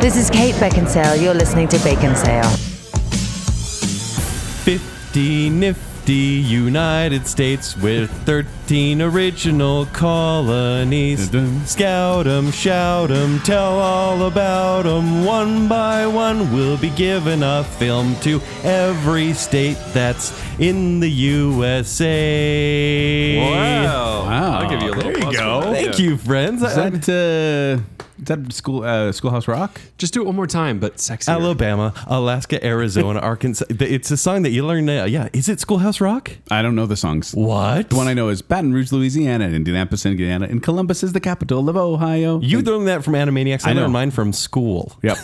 This is Kate Beckinsale. You're listening to Bacon Sale. 50 nifty United States with 13 original colonies. Dun dun. Scout 'em, shout 'em, tell all about 'em. One by one, we'll be giving a film to every state that's in the USA. Wow. Wow. I'll give you a little There you plus for go. that. Thank Yeah. you, friends. Is that Um, uh, is that school uh, Schoolhouse Rock? Just do it one more time, but sexy. Alabama, Alaska, Arizona, Arkansas. It's a song that you learn now. Yeah. Is it Schoolhouse Rock? I don't know the songs. What? The one I know is Baton Rouge, Louisiana, and Indianapolis, Indiana, and Columbus is the capital of Ohio. You learned that from Animaniacs. I, I know. learned mine from school. Yep.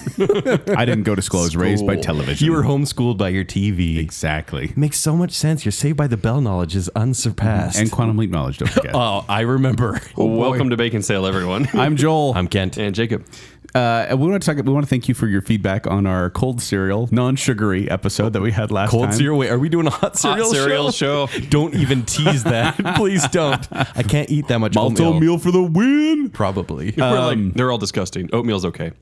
I didn't go to school. I was raised by School. television. You were homeschooled by your TV. exactly. Makes so much sense. Your Saved by the Bell knowledge is unsurpassed. And quantum leap knowledge. Don't forget. oh, I remember. Welcome to Bacon Sale, everyone. I'm Joel. I'm Kent. and Jacob. Uh, and we want to talk. We want to thank you for your feedback on our cold cereal, non-sugary episode that we had last Cold time. cereal. Wait, are we doing a hot cereal, cereal show. don't even tease that. Please don't. I can't eat that much Malto oatmeal. meal for the win. Probably. Uh, We're like, Um, they're all disgusting. Oatmeal's okay.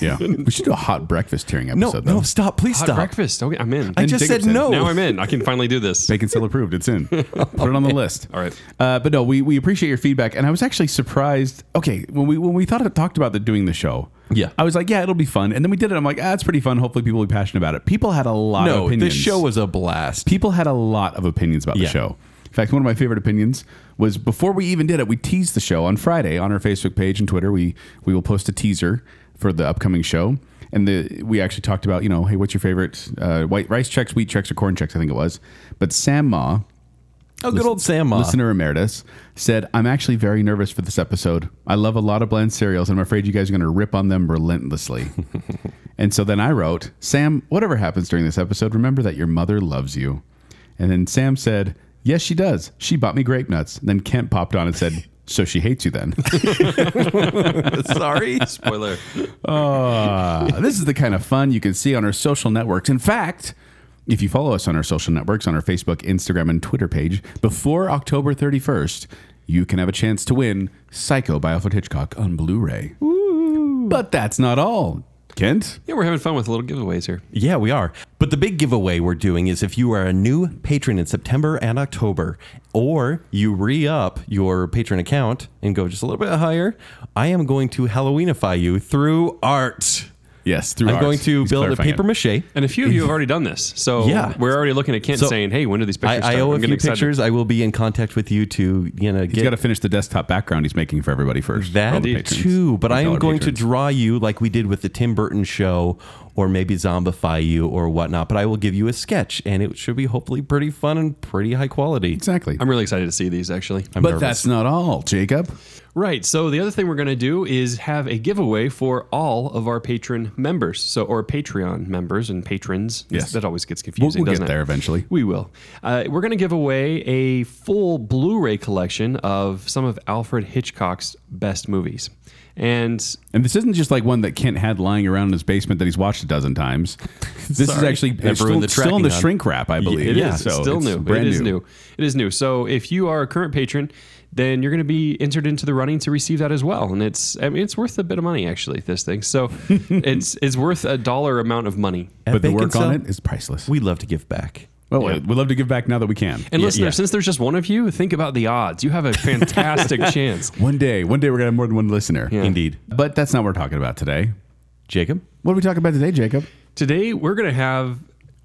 Yeah, we should do a hot breakfast tearing no, episode. no, though. stop. Please Hot stop. breakfast. Okay, I'm in. I just said Jacobson. no. now I'm in. I can finally do this. Bacon still approved. It's in. Put it on the list. All right. Uh, but no, we, we appreciate your feedback, and I was actually surprised. Okay, when we when we thought talked about the, doing the show, Yeah. I was like, yeah, it'll be fun, and then we did it. I'm like, ah, it's pretty fun. Hopefully, people will be passionate about it. People had a lot of no, opinions. this show was a blast. people had a lot of opinions about Yeah. the show. In fact, one of my favorite opinions was before we even did it, we teased the show on Friday on our Facebook page and Twitter. We we will post a teaser for the upcoming show, and the we actually talked about you know, hey, what's your favorite uh, white rice checks, wheat checks, or corn checks? I think it was. But Sam Ma, Oh, good old Sam. Ma. listener emeritus, said, "I'm actually very nervous for this episode. I love a lot of bland cereals, and I'm afraid you guys are going to rip on them relentlessly." and so then I wrote, "Sam, whatever happens during this episode, remember that your mother loves you." And then Sam said, "Yes, she does. She bought me grape nuts." And then Kent popped on and said, "So she hates you then." Sorry. Spoiler. Uh, this is the kind of fun you can see on our social networks. In fact, if you follow us on our social networks, on our Facebook, Instagram, and Twitter page, before October 31st, you can have a chance to win Psycho by Alfred Hitchcock on Blu ray. But that's not all, Kent. Yeah, we're having fun with little giveaways here. Yeah, we are. But the big giveaway we're doing is if you are a new patron in September and October, or you re up your patron account and go just a little bit higher, I am going to Halloweenify you through art. Yes, through I'm ours. going to He's build a clarifying paper it. mache. And a few of you have already done this. So Yeah. we're already looking at Kent So- saying, hey, when do these pictures I, I start? owe a I'm getting few excited. pictures. I will be in contact with you to you know He's get got to finish the desktop background he's making for everybody first. for all that the patrons. too. But I All am our going to patrons. draw you like we did with the Tim Burton show, or maybe zombify you or whatnot. But I will give you a sketch, and it should be hopefully pretty fun and pretty high quality. Exactly. I'm really excited to see these, actually. but that's not all, Jacob. Right. So the other thing we're going to do is have a giveaway for all of our patron members. So, or Patreon members and patrons. Yes. That always gets We'll, confusing, we'll doesn't get there it? eventually. We will. Uh, we're going to give away a full Blu ray collection of some of Alfred Hitchcock's best movies. And And this isn't just like one that Kent had lying around in his basement that he's watched a dozen times. This is Sorry. actually That it's ruined still, the still in tracking the on- shrink wrap, I believe. It is Yeah, It's still it's new. Brand it is new. new. It is new. So if you are a current patron, then you're going to be entered into the running to receive that as well. And it's I mean it's worth a bit of money actually. This thing. So it's it's worth a dollar amount of money. At But the Bacon work Cell, on it is priceless. We love to give back. well, we'd love to give back now that we can. And listeners, yeah. since there's just one of you, think about the odds. You have a fantastic chance. One day, one day we're gonna have more than one listener. Yeah. Indeed. But that's not what we're talking about today. Jacob? What are we talking about today, Jacob? Today we're going to have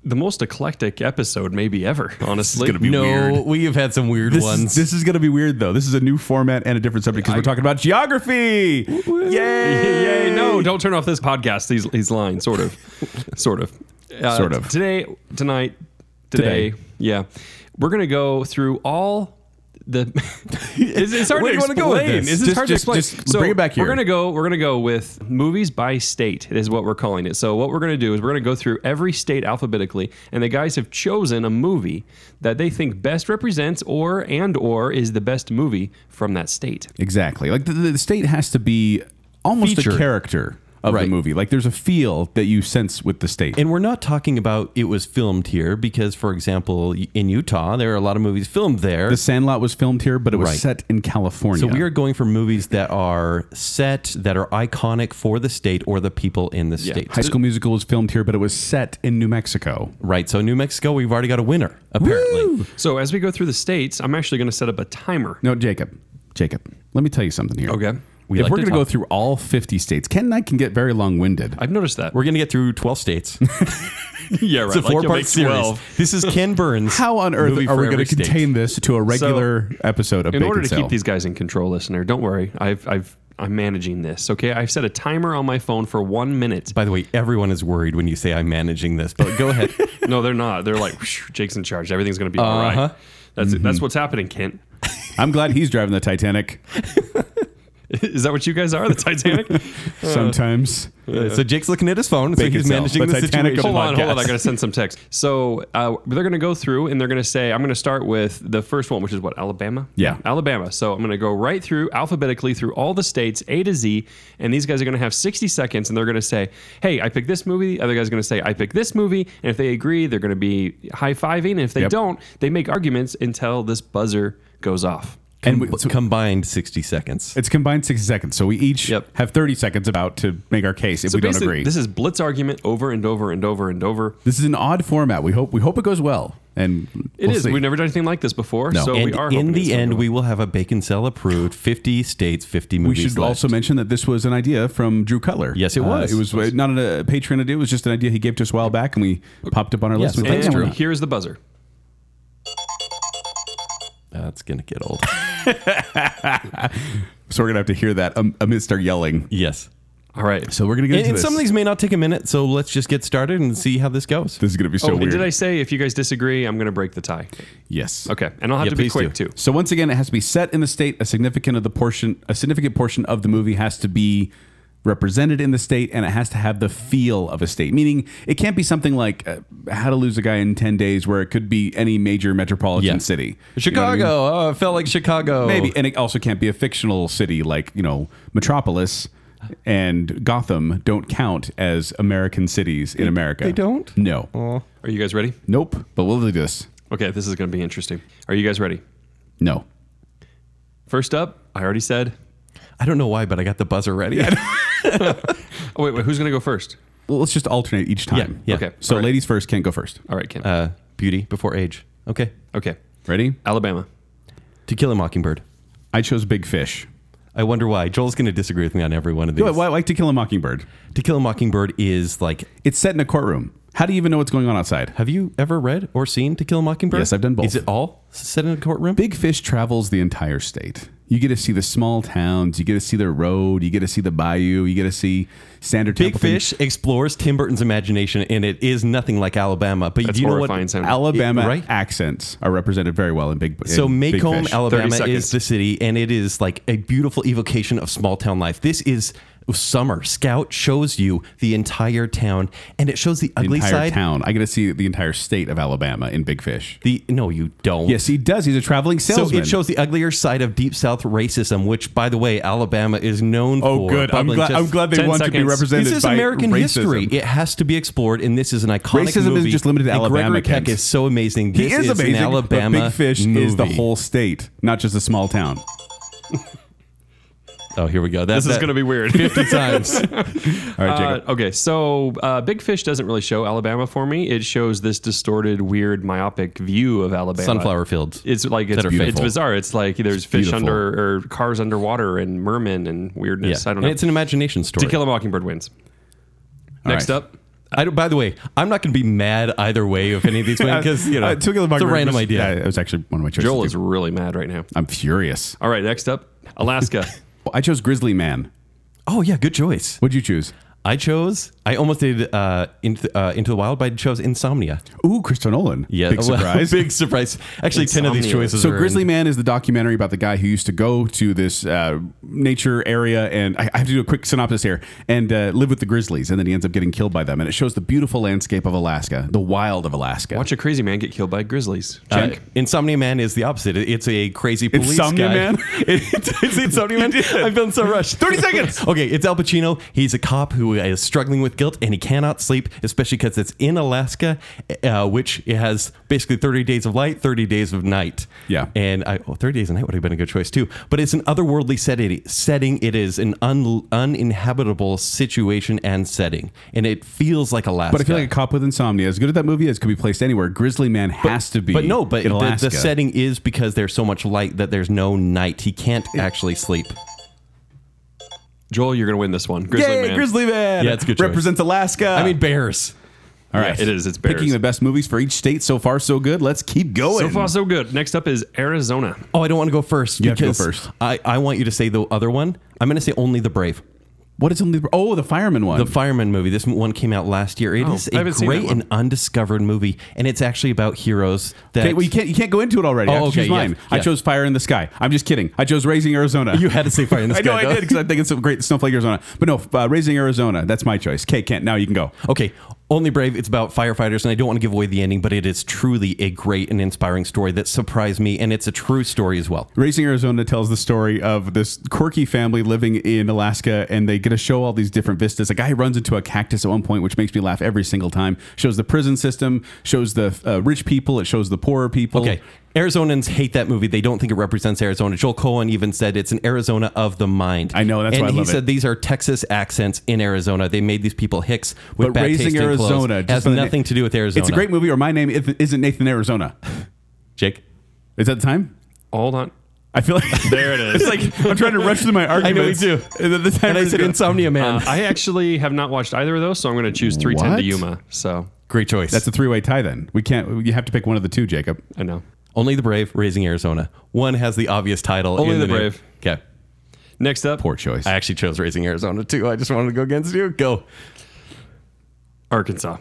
the most eclectic episode maybe ever. Honestly, gonna be no, weird. we have had some weird This ones. is, this is gonna be weird though. This is a new format and a different subject because we're talking about geography. Yay! Yay! No, don't turn off this podcast. He's he's lying, sort of, sort of, Uh, Sort of. Today, tonight, today, Today. yeah, we're gonna go through all the. it's, it's hard Where to do you wanna explain. go with this? It's Just- hard just- to explain. just bring it back here. We're gonna go. We're gonna go with movies by state is what we're calling it. So what we're gonna do is we're gonna go through every state alphabetically, and the guys have chosen a movie that they think best represents or and or is the best movie from that state. Exactly. Like the, the state has to be almost Featured. a character. of the Right. movie. Like there's a feel that you sense with the state. And we're not talking about it was filmed here because, for example, y- in Utah, there are a lot of movies filmed there. the Sandlot was filmed here, but it was Right. set in California. so we are going for movies that are set, that are iconic for the state or the people in the state. High School Musical was filmed here, but it was set in New Mexico. Right. So New Mexico, we've already got a winner, apparently. So as we go through the states, I'm actually going to set up a timer. No, Jacob, Jacob, let me tell you something here. Okay. We if like we're to going to go talk. through all 50 states, Ken and I can get very long winded. I've noticed that. We're going to get through 12 states. yeah, right. It's a like four you'll part make series. 12. This is Ken Burns. How on earth movie are for we going every to state. contain this to a regular episode of in Bacon order to Sale? keep these guys in control, listener, don't worry. I've I've I'm managing this. Okay, I've set a timer on my phone for one minute. By the way, everyone is worried when you say I'm managing this, but go ahead. no, they're not. They're like, "Whoosh, Jake's in charge. Everything's gonna be all right. Uh-huh. That's it. That's what's happening, Kent. I'm glad he's driving the Titanic Is that what you guys are? The Titanic? sometimes. Uh, so Jake's looking at his phone, so Bacon he's cell, managing but the Titanic situation. hold on, hold on. podcast. I gotta send some text. So uh, they're gonna go through and they're gonna say, I'm gonna start with the first one, which is what Alabama. Yeah. Alabama. So I'm gonna go right through alphabetically through all the states, A to Z, and these guys are gonna have 60 seconds, and they're gonna say, Hey, I picked this movie. The other guy's gonna say, I picked this movie, and if they agree, they're gonna be high fiving, and if they Yep. don't, they make arguments until this buzzer goes off. And we, Com- so combined 60 seconds. it's combined 60 seconds. So we each Yep. have 30 seconds about to make our case if we don't basically, agree. This is blitz argument over and over and over and over. This is an odd format. We hope we hope it goes well. And It we'll is. see. We've never done anything like this before, No. so we and are. hoping in it's the gonna end, go we will have a Bacon Cell approved 50 states, 50 We movies. should left. also mention that this was an idea from Drew Cutler. Yes, it was. it was uh, not a Patreon idea. It was just an idea he gave to us a while back, and we popped up on our Yes, list. We thanks, thought, And yeah, why not? here's the buzzer. That's going to get old. So we're gonna have to hear that um, amidst our yelling. yes. All right. So we're gonna get And, into and this. some of these may not take a minute, so let's just get started and see how this goes. This is gonna be so oh, and weird. did I say if you guys disagree, I'm going to break the tie? yes. Okay, and I'll have Yeah, to be please quick do. too. So once again, it has to be set in the state. A significant of the portion, a significant portion of the movie has to be represented in the state, and it has to have the feel of a state. Meaning, it can't be something like uh, How to Lose a Guy in Ten Days, where it could be any major metropolitan Yeah. city, You know what I Chicago. mean? Oh, it felt like Chicago. Maybe, and it also can't be a fictional city like you know Metropolis and Gotham don't count as American cities in America. they don't? No, Are you guys ready? nope. But we'll do this. Okay, this is going to be interesting. Are you guys ready? No, First up, I already said. I don't know why, but I got the buzzer ready. Oh wait, wait. Who's going to go first? well, let's just alternate each time. Yeah, yeah. Okay. So all right. ladies first. Can't go first. All right, Ken. uh, beauty before age. Okay. okay, Ready? Alabama. To Kill a Mockingbird. I chose Big Fish. I wonder why. Joel's going to disagree with me on every one of these. No, I like To Kill a Mockingbird. To Kill a Mockingbird is like, It's set in a courtroom. How do you even know what's going on outside? have you ever read or seen To Kill a Mockingbird? Yes, I've done both. Is it all set in a courtroom? Big Fish travels the entire state. You get to see the small towns. You get to see the road. You get to see the bayou. You get to see Standard Big Fish explores Tim Burton's imagination, and it is nothing like Alabama. But That's do you know what? horrifying sound. Alabama It- right? accents are represented very well in Big. In So Big Macomb, Fish. Alabama, seconds. is the city, and it is like a beautiful evocation of small town life. This is summer. Scout shows you the entire town, and it shows the The ugly entire side. town. I get to see the entire state of Alabama in Big Fish. The no, you don't. Yes, he does. He's a traveling So salesman. it shows the uglier side of Deep South racism, which, by the way, Alabama is known Oh, for. good. I'm bubbling glad. just- I'm glad they 10 want to be seconds. represented. This is by American racism. history. It has to be explored, and this is an iconic Racism isn't movie. just limited to and Gregory Alabama, Peck Kent. is so amazing. He This is, amazing. an Alabama but Big Fish movie. is the whole state, not just a small town. Oh, here we go. That's This is is going to be weird. fifty times. All right, Uh, Jacob. okay, so uh, Big Fish doesn't really show Alabama for me. It shows this distorted, weird, myopic view of Alabama. Sunflower fields. It's like it's, That are it's beautiful. bizarre. It's like there's fish beautiful. under or cars underwater and mermen and weirdness. I don't and know. it's an imagination story. to Kill a Mockingbird wins. All Next right. up, I don't, by the way, I'm not going to be mad either way if any of these win because you know Uh, To Kill it's a a Mockingbird random was- idea. Yeah, it was actually one of my choices. Joel too. is really mad right now. I'm furious. All right, next up, Alaska. I chose Grizzly Man. Oh yeah, good choice. What'd you choose? I chose. I almost did uh, into, uh, into the Wild, but I chose Insomnia. Ooh, Christopher Nolan. Yeah, big well, surprise. big surprise. Actually, ten of these Insomnia. choices. So are Grizzly in- Man is the documentary about the guy who used to go to this uh, nature area, and I, I have to do a quick synopsis here, and uh, live with the grizzlies, and then he ends up getting killed by them, and it shows the beautiful landscape of Alaska, the wild of Alaska. Watch a crazy man get killed by grizzlies. Uh, Check. Insomnia Man is the opposite. It- It's a crazy police Insomnia guy. Man? It- it's, it's Insomnia Man. I'm feeling so rushed. 30 seconds. okay, it's Al Pacino. He's a cop who who is struggling with guilt and he cannot sleep, especially because it's in Alaska, uh, which it has basically 30 days of light, 30 days of night. Yeah. And I, oh, 30 days of night would have been a good choice too. But it's an otherworldly setting. setting. It is an un, uninhabitable situation and setting. And it feels like Alaska. But I feel like a cop with insomnia, as good as that movie is, could be placed anywhere. Grizzly Man has to be. But no, but in the, Alaska. the setting is because there's so much light that there's no night. He can't actually sleep. Joel, you're gonna win this one. Grizzly Yay, Man. Grizzly Man. Yeah, it's a good choice. Represents Alaska. I mean, bears. all Yeah, it is. It's bears. picking the best movies for each state so far. So good. Let's keep going. So far, so good. Next up is Arizona. Oh, I don't want to go first. You have to go because first. I, I want you to say the other one. I'm going to say only the brave. what is only? Oh, the fireman one. The fireman movie. This one came out last year. It Oh, is I a haven't seen that great one. and undiscovered movie, and it's actually about heroes that Okay, well, you can't you can't go into it already. Oh, I have to okay, choose mine. yes, I yes. chose Fire in the Sky. I'm just kidding. I chose Raising Arizona. You had to say Fire in the I know Sky, I though. did because I think it's a great snowflake Arizona. But no, uh, Raising Arizona. That's my choice. Okay, Kent. Now you can go. Okay, Only Brave. It's about firefighters, and I don't want to give away the ending, but it is truly a great and inspiring story that surprised me, and it's a true story as well. Racing Arizona tells the story of this quirky family living in Alaska, and they get to show all these different vistas. A guy runs into a cactus at one point, which makes me laugh every single time. Shows the prison system, shows the uh, rich people, it shows the poorer people. Okay. Arizonans hate that movie. They don't think it represents Arizona. Joel Cohen even said it's an Arizona of the mind. I know, that's and why I he love it. said these are Texas accents in Arizona. They made these people hicks with But bad Raising taste in clothes. Arizona just has by the na- nothing to do with Arizona. It's a great movie, or my name Ith- isn't Nathan Arizona. Jake. Is that the time? Hold on. I feel like There it is. It's like I'm trying to rush through my arguments. do. And then the time And I said Insomnia Man. Uh, I actually have not watched either of those, so I'm going to choose 310 What? to Yuma. So great choice. That's a three-way tie. Then we can't. You have to pick one of the two, Jacob. I know. Only the Brave, Raising Arizona. One has the obvious title. Only in the name. Brave. Okay. Next up, Poor choice. I actually chose Raising Arizona too. I just wanted to go against you. Go. Arkansas.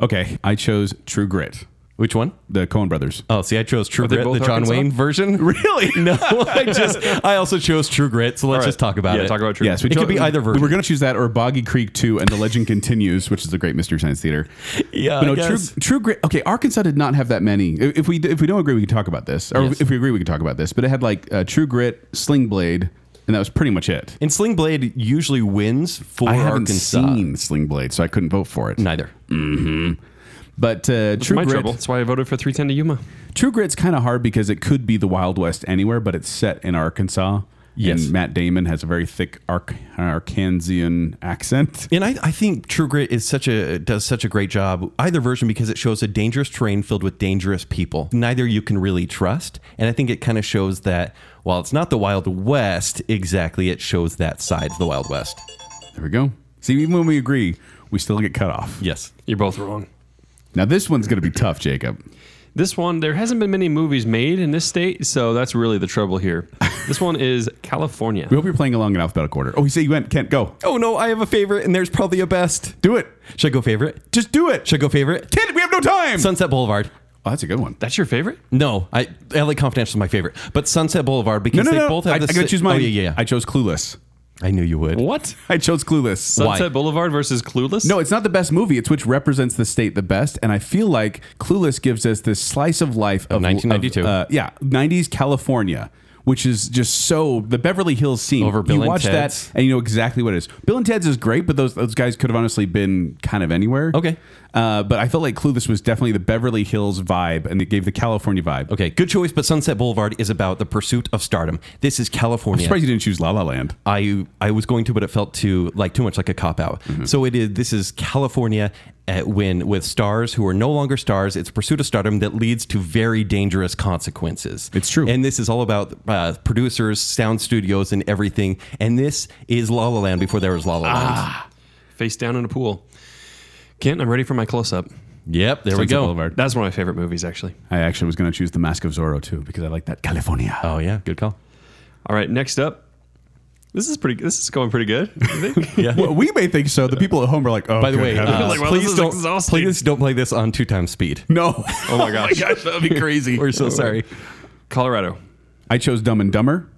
Okay, I chose True Grit, Which one? the Coen Brothers. Oh, see, I chose True they Grit, the both John Arkansas? Wayne version. Really? No, I just I also chose True Grit. So let's All right. just talk about yeah, it. Talk about true. Yes, we It could cho- be either We version. were going to choose that or Boggy Creek 2 and The Legend Continues, which is a great Mystery Science Theater. Yeah, But Uh, I no, true, guess. true grit. Okay, Arkansas did not have that many. If if we if we don't agree, we can talk about this. Or Yes. if we agree, we can talk about this. But it had like uh, True Grit, Sling Blade, and that was pretty much it. And Sling Blade usually wins for I haven't Arkansas. seen Sling Blade, so I couldn't vote for it. Neither. But uh, It's True my Grit, trouble. That's why I voted for 310 to Yuma. True Grit's kind of hard because it could be the Wild West anywhere, but it's set in Arkansas. Yes. And Matt Damon has a very thick Ark- Arkansian accent. And I, I think True Grit is such a does such a great job either version because it shows a dangerous terrain filled with dangerous people. Neither you can really trust, and I think it kind of shows that while it's not the Wild West exactly, it shows that side of the Wild West. There we go. See, even when we agree, we still get cut off. Yes. You're both wrong. Now this one's going to be tough, Jacob. This one, there hasn't been many movies made in this state, so that's really the trouble here. This one is California. We hope you're playing along in alphabetical order. Oh, you say you went. Kent, go. Oh no, I have a favorite, and there's probably a best. Do it. Should I go favorite? Just do it. Should I go favorite? Kent, we have no time. Sunset Boulevard. oh, that's a good one. That's your favorite? No, I LA Confidential is my favorite, but Sunset Boulevard because they both have I, the. I gotta sa- choose mine. Oh, yeah, yeah, I chose Clueless. I, I knew you would. What? I chose Clueless. Sunset Boulevard versus Clueless? No, it's not the best movie. It's which represents the state the best. And I feel like Clueless gives us this slice of life of 1992. of, uh, yeah, 90s California. Which is just so the Beverly Hills scene. Over Bill you and watch Ted's. that and you know exactly what it is. Bill and Ted's is great, but those those guys could have honestly been kind of anywhere. Okay. uh, but I felt like Clueless was definitely the Beverly Hills vibe, and it gave the California vibe. Okay, good choice, but Sunset Boulevard is about the pursuit of stardom. This is I'm California. surprised you didn't choose La La Land. I I was going to, but it felt too like too much like a cop out. So it is. This is California at when with stars who are no longer stars. It's a pursuit of stardom that leads to very dangerous consequences. It's true. And this is all about uh, producers, sound studios, and everything. And this is La La Land before there was La La Land. Face down in a pool. Kent, I'm ready for my close up. Yep, there we Sunset go. Boulevard. That's one of my favorite movies, actually. I actually was going to choose The Mask of Zorro too because I like that California. Oh yeah, good call. All right, next up. This is pretty. This is going pretty good. Oh I think. Yeah. Well, we may think so. The people at home are like, "Oh, By the good way, heavens. uh, Like, well, this please is don't exhausting. please don't play this on two times speed. no." Oh my gosh, that'd be crazy. We're so sorry. Colorado. I chose Dumb and Dumber.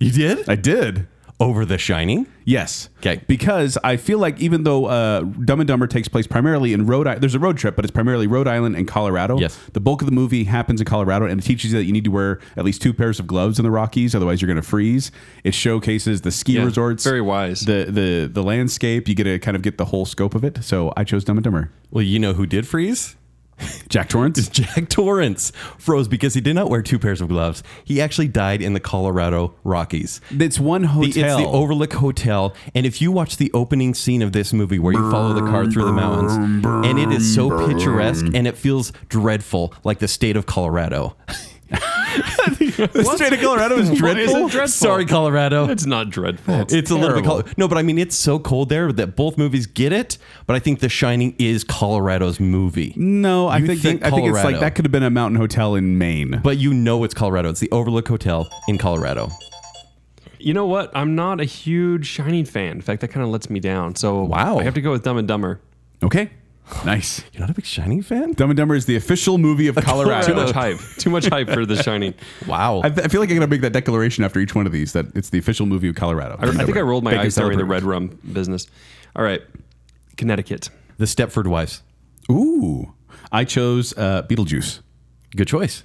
You did? I did. over The Shining. Yes. 'Kay. Because I feel like even though uh, Dumb and Dumber takes place primarily in Rhode Island, there's a road trip, but it's primarily Rhode Island and Colorado. Yes. The bulk of the movie happens in Colorado, and it teaches you that you need to wear at least two pairs of gloves in the Rockies, otherwise you're going to freeze. It showcases the ski Yeah, resorts, very wise. The the the landscape. You get to kind of get the whole scope of it. So I chose Dumb and Dumber. Well, you know who did freeze? Jack Torrance. Jack Torrance froze because he did not wear two pairs of gloves. He actually died in the Colorado Rockies. It's one hotel. The- it's the Overlook Hotel. And if you watch the opening scene of this movie where you follow the car through the mountains, and it is so picturesque and it feels dreadful, like the state of Colorado. the state of Colorado is dreadful. it dreadful? Sorry, Colorado. It's not dreadful. It's a little bit terrible. cold. No, but I mean, it's so cold there that both movies get it. But I think The Shining is Colorado's movie. No, I You think, think I think it's like Colorado. that could have been a mountain hotel in Maine. But you know it's Colorado. It's the Overlook Hotel in Colorado. you know what? I'm not a huge Shining fan. In fact, that kind of lets me down. So Wow. I have to go with Dumb and Dumber. Okay. Nice. You're not a big Shining fan? Dumb and Dumber is the official movie of Too Colorado. much hype. Too much hype for The Shining. Wow. I, I feel like I'm gonna make that declaration after each one of these that it's the official movie of Colorado. I, I think I rolled my Bacon eyes during the Celebrate. red rum business. All right, Connecticut. the Stepford Wives. Ooh, I chose uh, Beetlejuice. Good choice.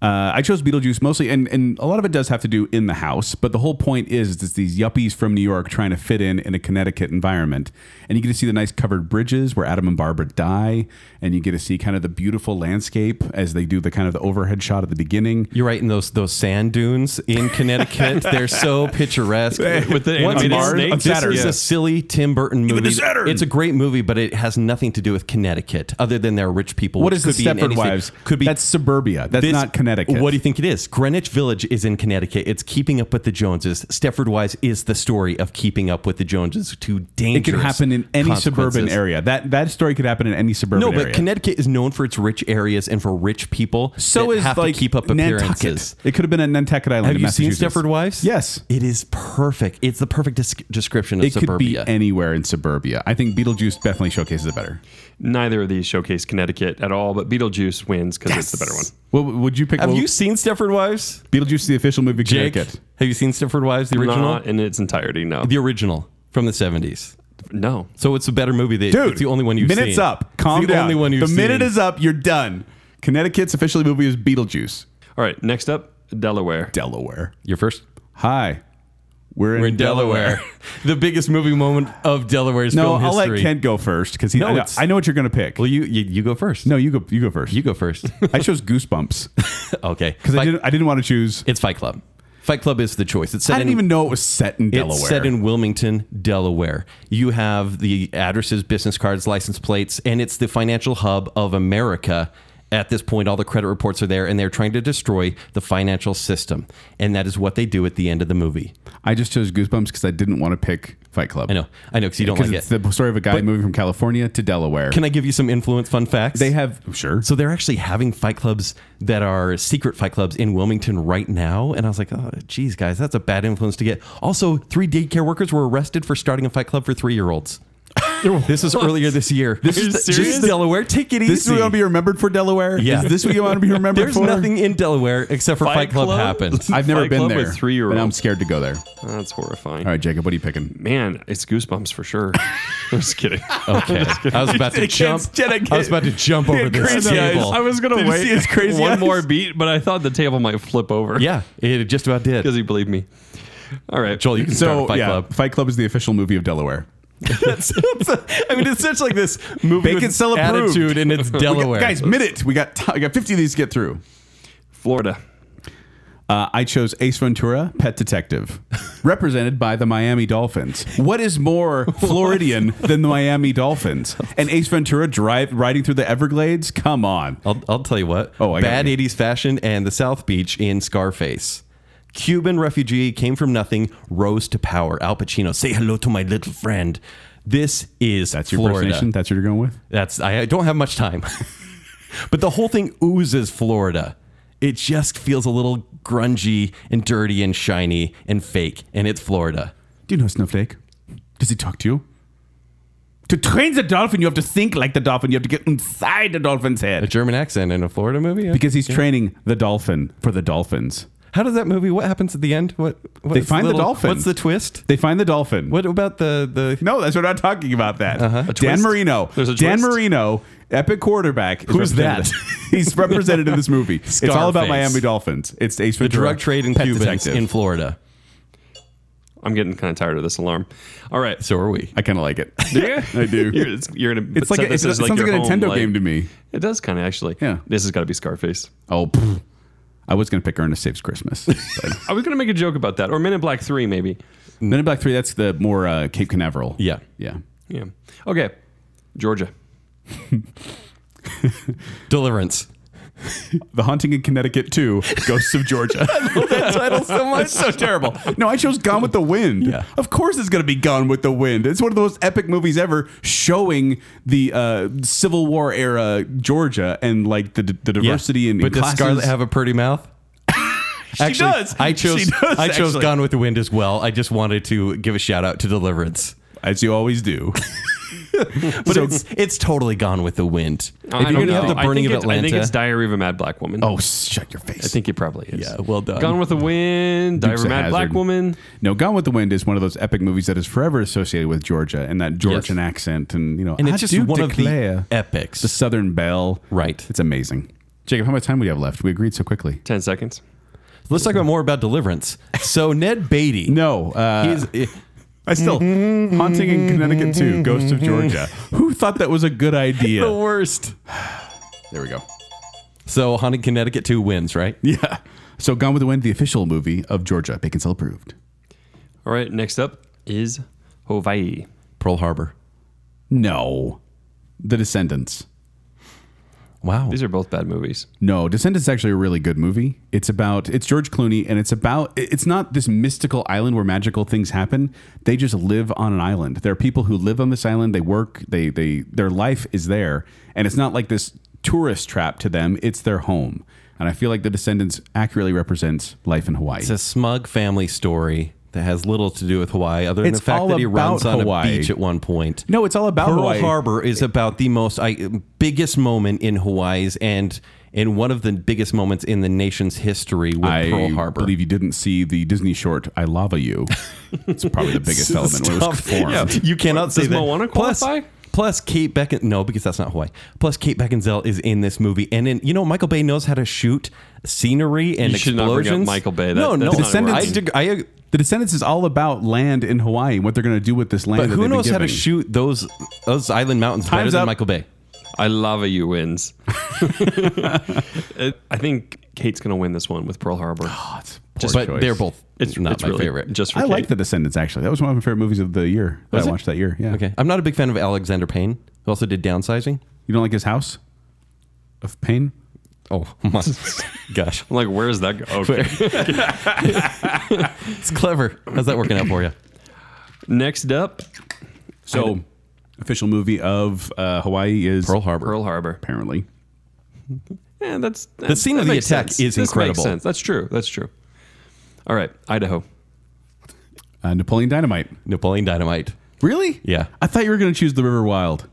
Uh, I chose Beetlejuice mostly, and, and a lot of it does have to do in the house. But the whole point is, it's these yuppies from New York trying to fit in in a Connecticut environment, and you get to see the nice covered bridges where Adam and Barbara die, and you get to see kind of the beautiful landscape as they do the kind of the overhead shot at the beginning. You're right in those those sand dunes in Connecticut. They're so picturesque. With the Once animated Mars- snake? This Saturn. is a Yes. silly Tim Burton movie. the Saturn. It's a great movie, but it has nothing to do with Connecticut other than they're rich people. What which is could the be in Stepford any state. Wives? Could be that's suburbia. That's this- not Connecticut. What do you think it is? Greenwich Village is in Connecticut. It's Keeping Up with the Joneses. Stepford Wives is the story of Keeping Up with the Joneses. To It dangerous. could happen in any suburban consequences. area. That that story could happen in any suburban No, but area. Connecticut is known for its rich areas and for rich people. so that is have like to keep up Nantucket. appearances. It could have been a Nantucket Island. Have in you seen Massachusetts. Stepford Wives? Yes. It is perfect. It's the perfect dis- description of It suburbia. could be anywhere in suburbia. I think Beetlejuice definitely showcases it better. Neither of these showcase Connecticut at all, but Beetlejuice wins because it's the better one. What would you pick? Have well, you seen Stepford Wives? Beetlejuice is the official movie of Jake, Connecticut? have you seen Stepford Wives, the original? Not in its entirety. No. The original from the 70s. no. So it's a better movie. That, Dude, it's the only one you've minutes seen. up. Calm it's the down. only one you've the seen. minute is up. You're done. Connecticut's official movie is Beetlejuice. All right. Next up, Delaware. Delaware. You're first. Hi. We're in, We're in Delaware. the biggest movie moment of Delaware's No, film I'll history. let Kent go first because he. No, I, know, it's- I know what you're going to pick. Well, you, you you go first. no, you go. You go first. you go first. I chose Goosebumps okay. because I Fight- didn't. I didn't want to choose. It's Fight Club. Fight Club is the choice. It's set I didn't in, even know it was set in Delaware. It's set in Wilmington, Delaware. You have the addresses, business cards, license plates, and it's the financial hub of America. At this point, all the credit reports are there, and they're trying to destroy the financial system. And that is what they do at the end of the movie. I just chose Goosebumps because I didn't want to pick Fight Club. I know, I know, because you don't Because like it. it's the story of a guy moving from California to Delaware. Can I give you some influence fun facts? they have sure. So they're actually having fight clubs that are secret fight clubs in Wilmington right now. And I was like, oh, geez, guys, that's a bad influence to get. Also, three daycare workers were arrested for starting a fight club for three year olds. this is earlier this year. This Are you is, the, serious? this is Delaware. Take it This is easy. what you want to be remembered for Delaware. Yeah. Is this what you want to be remembered There's for? nothing in Delaware except for Fight, Fight Club, Club? happened. I've never Fight been Club there, with three-year-olds. and I'm scared to go there. That's horrifying. All right, Jacob, what are you picking? Man, it's goosebumps for sure. I'm just kidding. Oh, Okay, I was about to It jump. gets- Jenna, I was about to jump over this crazy eyes. table. I was gonna Did you wait see his crazy one eyes? more beat, but I thought the table might flip over. Yeah, it just about did. because he believed me. All right, Joel, you can start a So Fight yeah, Club. Fight Club is the official movie of Delaware. That's- that's- I mean, it's such like this movie Bacon with cell approved. attitude, and it's Delaware. Guys, minute. We got t- we got 50 of these to get through. Florida. Uh, I chose Ace Ventura, Pet Detective, represented by the Miami Dolphins. What is more Floridian than the Miami Dolphins? And Ace Ventura drive riding through the Everglades? Come on. I'll, I'll tell you what. Oh, I got bad you. '80s fashion and the South Beach in Scarface. Cuban refugee came from nothing, rose to power. Al Pacino, say hello to my little friend. This is That's your Florida. impersonation. That's what you're going with. That's I I don't have much time, but the whole thing oozes Florida. It just feels a little grungy and dirty and shiny and fake, and it's Florida. Do you know Snowflake? Does he talk to you? To train the dolphin, you have to think like the dolphin. You have to get inside the dolphin's A head German accent in a Florida movie. because he's training the dolphin for the dolphins. How does that movie? What happens at the end? What, what They find the dolphin. What's the twist? They find the dolphin. What about the the? No, that's we're not talking about that. Dan Uh-huh. twist? Marino. There's a Dan twist? Marino, epic quarterback. is Who's that? represented- He's represented in this movie. it's all about Scarface. Miami Dolphins. It's Ace The drug trade in Cubans in Florida. I'm getting kind of tired of this alarm. All right. So are we. I kind of like it. Do you? I do. You're, it's, you're gonna. it's like a, it's, this it is like sounds like your a home, Nintendo like- game to me. It does kind of actually. Yeah. This has got to be Scarface. Oh, pff. I was gonna pick Ernest Saves Christmas. but- I was gonna make a joke about that, or Men in Black Three, maybe. Men in Black Three. That's the more uh, Cape Canaveral. Yeah. yeah. Yeah. Okay. Georgia. Deliverance. The Haunting in Connecticut Two, Ghosts of Georgia. I love that title so much. It's so terrible. No, I chose Gone with the Wind. Yeah. Of course it's going to be Gone with the Wind. It's one of the most epic movies ever showing the uh, Civil War era Georgia and like the, the diversity and But and does classes. Scarlett have a pretty mouth? she does. I chose. She does, I chose actually. Gone with the Wind as well. I just wanted to give a shout out to Deliverance. as you always do. But it's it's totally Gone with the Wind. I if you're don't gonna have know. the I burning think of it's- I think Atlanta, it's Diary of a Mad Black Woman. oh, shut your face. I think it probably is. Yeah, well um, done. Gone with the Wind, Diary Dukes of a of Mad Hazzard. Black Woman. No, Gone with the Wind is one of those epic movies that is forever associated with Georgia and that Georgian accent and you know. and I it's just do one declare. of the epics. the Southern Belle. Right. It's amazing. Jacob, how much time do we have left? We agreed so quickly. 10 seconds. Let's talk about more about Deliverance. So Ned Beatty. No, uh, He's, I still haunting in Connecticut too. Ghost of Georgia. Who thought that was a good the idea? worst. There we go. So Haunted Connecticut 2 wins, right? Yeah. So Gone with the Wind, the official movie of Georgia, Bacon Cell approved. All right. Next up is Hawaii. Pearl Harbor. No, The Descendants. Wow. These are both bad movies. No, Descendants is actually a really good movie. It's about it's George Clooney, and it's about it's not this mystical island where magical things happen. They just live on an island. There are people who live on this island. They work. They they their life is there, and it's not like this tourist trap to them. It's their home, and I feel like the Descendants accurately represents life in Hawaii. it's a smug family story that has little to do with Hawaii other than It's the fact all that he runs about on Hawaii. a beach at one point. no, it's all about Pearl Hawaii. Harbor is about the most I, biggest moment in Hawaii's and and one of the biggest moments in the nation's history with I Pearl Harbor. believe you didn't see the Disney short "I Lava You." It's probably the biggest element when it was Stop. formed. Yeah, you cannot say Does that. Moana Plus- qualify? plus Kate Beckinsale. No, because that's not Hawaii. Plus Kate Beckinsale is in this movie, and in you know Michael Bay knows how to shoot scenery and You should not bring up explosions. Michael Bay. That- no, that's no. not The Descendants- I, dig- I, The Descendants is all about land in Hawaii and what they're going to do with this land. but that who they've been knows how to given. shoot those those island mountains better Time's than up. Michael Bay? I lava you wins. I think Kate's going to win this one with Pearl Harbor. Just- but choice. they're both. It's not it's my really favorite. Just for I Kate. like The Descendants actually. That was one of my favorite movies of the year that I watched that year. Yeah. okay. I'm not a big fan of Alexander Payne, who also did Downsizing. You don't like his house of pain? Oh my gosh, I'm like, where is that? Go? Okay. it's clever. How's that working out for you? Next up, So, official movie of uh, Hawaii is Pearl Harbor. Pearl Harbor. apparently. Yeah, that's, The scene that of the makes attack sense. is This incredible. Makes sense. That's true. That's true. All right, Idaho. Uh, Napoleon Dynamite. Napoleon Dynamite. Really? Yeah. I thought you were going to choose The River Wild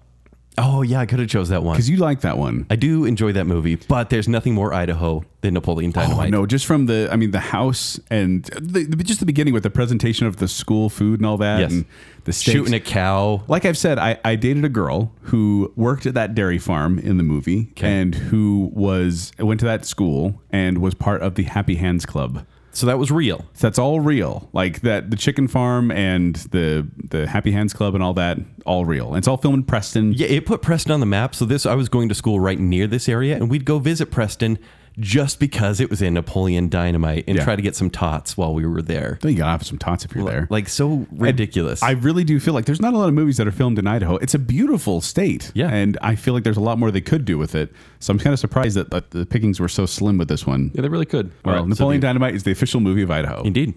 Oh yeah, I could have chose that one. because you like that one. I do enjoy that movie, but there's nothing more Idaho than Napoleon Oh, Dynamite. no, just from the, I mean, the house and the, the- just the beginning with the presentation of the school food and all that, Yes. and the steaks. Shooting a cow. like I've said, I, I dated a girl who worked at that dairy farm in the movie and who was went to that school and was part of the Happy Hands Club. So that was real. So that's all real. Like that the chicken farm and the the Happy Hands Club and all that, all real. And it's all filmed in Preston. Yeah, it put Preston on the map. So this, I was going to school right near this area, and we'd go visit Preston just because it was in Napoleon Dynamite and Yeah. try to get some tots while we were there. Then you gotta have some tots if you're there. Like so ridiculous. I really do feel like there's not a lot of movies that are filmed in Idaho. It's a beautiful state. Yeah. And I feel like there's a lot more they could do with it. So I'm kind of surprised that, that the pickings were so slim with this one. Yeah, they really could. Well, so Napoleon Dynamite is the official movie of Idaho. Indeed,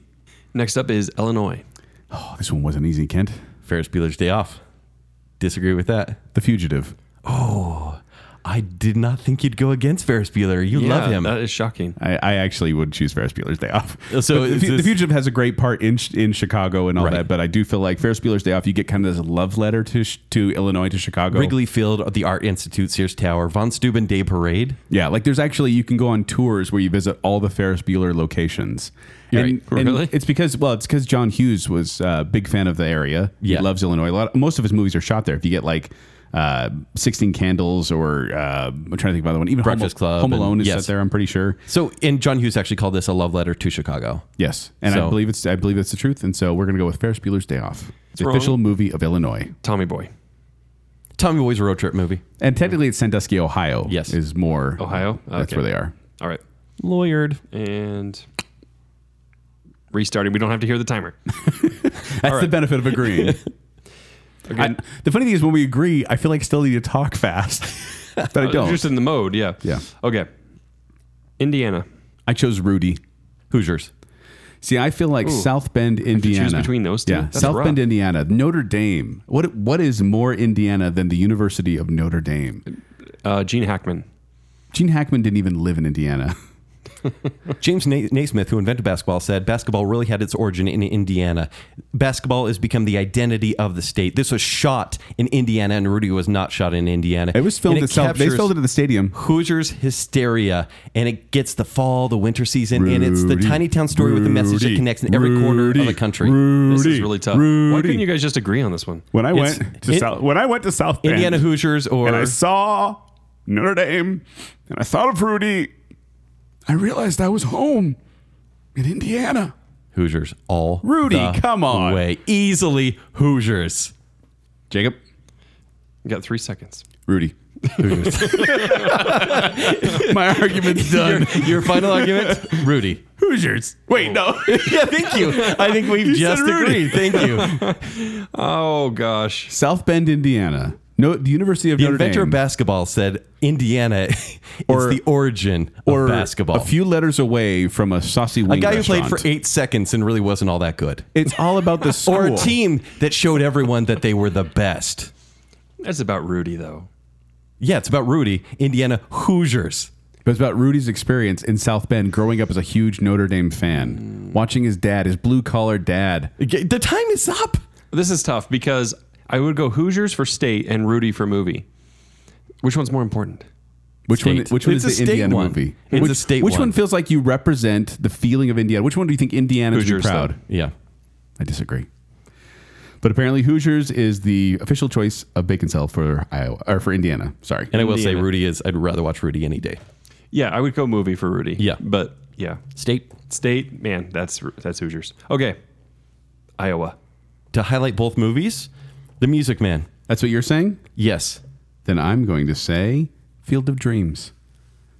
Next up is Illinois. Oh, this one wasn't easy, Kent. Ferris Bueller's Day Off. Disagree with that. The Fugitive. I did not think you'd go against Ferris Bueller. You love Yeah, him. uh, That is shocking. I, I actually would choose Ferris Bueller's Day Off. Uh, So But the, is Fu- The this- Fugitive has a great part in Ch- in Chicago and all Right. that, but I do feel like Ferris Bueller's Day Off. You get kind of this love letter to sh- to Illinois to Chicago. Wrigley Field, the Art Institute, Sears Tower, Von Steuben Day Parade. Yeah, like there's actually you can go on tours where you visit all the Ferris Bueller locations. And, right. and Really? It's because well, it's because John Hughes was a big fan of the area. Yeah. He loves Illinois. A lot. Most of his movies are shot there. If you get like uh, Sixteen Candles or uh, I'm trying to think of another one, even Breakfast Home, Club Home and- Alone is yes. set there. I'm pretty sure. So, and John Hughes actually called this a love letter to Chicago. Yes, and I So- believe it's I believe that's the truth. And so we're gonna go with Ferris Bueller's Day Off. It's the wrong. official movie of Illinois, Tommy Boy. Tommy Boy's road trip movie. and technically it's Sandusky, Ohio. Yes. is more Ohio? That's Okay. where they are. All right. Lawyered. And restarting. We don't have to hear the timer. That's the benefit of agreeing. Okay. I, the funny thing is, when we agree, I feel like I still need to talk fast, but I don't. Uh, Just in the mode, yeah. Yeah. Okay. Indiana. I chose Rudy. Hoosiers. See, I feel like South Bend, Indiana. between those two? Yeah, That's South rough. Bend, Indiana. Notre Dame. What What is more Indiana than the University of Notre Dame? Uh, Gene Hackman. Gene Hackman didn't even live in Indiana. James Na- Naismith, who invented basketball, said basketball really had its origin in Indiana. Basketball has become the identity of the state. This was shot in Indiana, and Rudy was not shot in Indiana. It was filmed And at South. They captures filmed it at the stadium. Hoosiers hysteria, and it gets the fall, the winter season, and it's the Rudy. tiny town story with the message that Rudy. connects in every corner of Rudy. the country. Rudy. This is really tough. Why Rudy. couldn't you guys just agree on this one? When I It's- went to it- South, when I went to South Bend, Indiana Hoosiers or and I saw Notre Dame, and I thought of Rudy, I realized I was home in Indiana. Hoosiers all Rudy, the come on. way easily Hoosiers. Jacob, You got three seconds. Rudy. My argument's Your, done. your final argument, Rudy. Hoosiers. Wait, no. Yeah, thank you. I think we've said just Rudy. agreed. Thank you. Oh, gosh. South Bend, Indiana. No, the University of The Notre inventor of Dame. basketball said Indiana is Or- the origin or of basketball. a few letters away from a saucy a wing guy who played for restaurant. eight seconds and really wasn't all that good. It's all about the school. Or a team that showed everyone that they were the best. That's about Rudy, though. Yeah, it's about Rudy, Indiana Hoosiers. But it's about Rudy's experience in South Bend growing up as a huge Notre Dame fan, watching his dad, his blue collar dad. G- The time is up. This is tough because I would go Hoosiers for state and Rudy for movie. Which one's more important? Which one? State. Which one It's is a the state Indiana one. movie? It's which, a state Which one. one. feels like you represent the feeling of Indiana? Which one do you think Indiana should be Hoosiers, proud? though. Yeah. I disagree. But apparently, Hoosiers is the official choice of Bacon Cell for Iowa or for Indiana. Sorry, And I will say Indiana. Rudy is I'd rather watch Rudy any day. Yeah, I would go movie for Rudy. Yeah. But yeah, State state, man, that's that's Hoosiers. Okay. Iowa. to highlight both movies, The Music Man. that's what you're saying. Yes. Then I'm going to say Field of Dreams.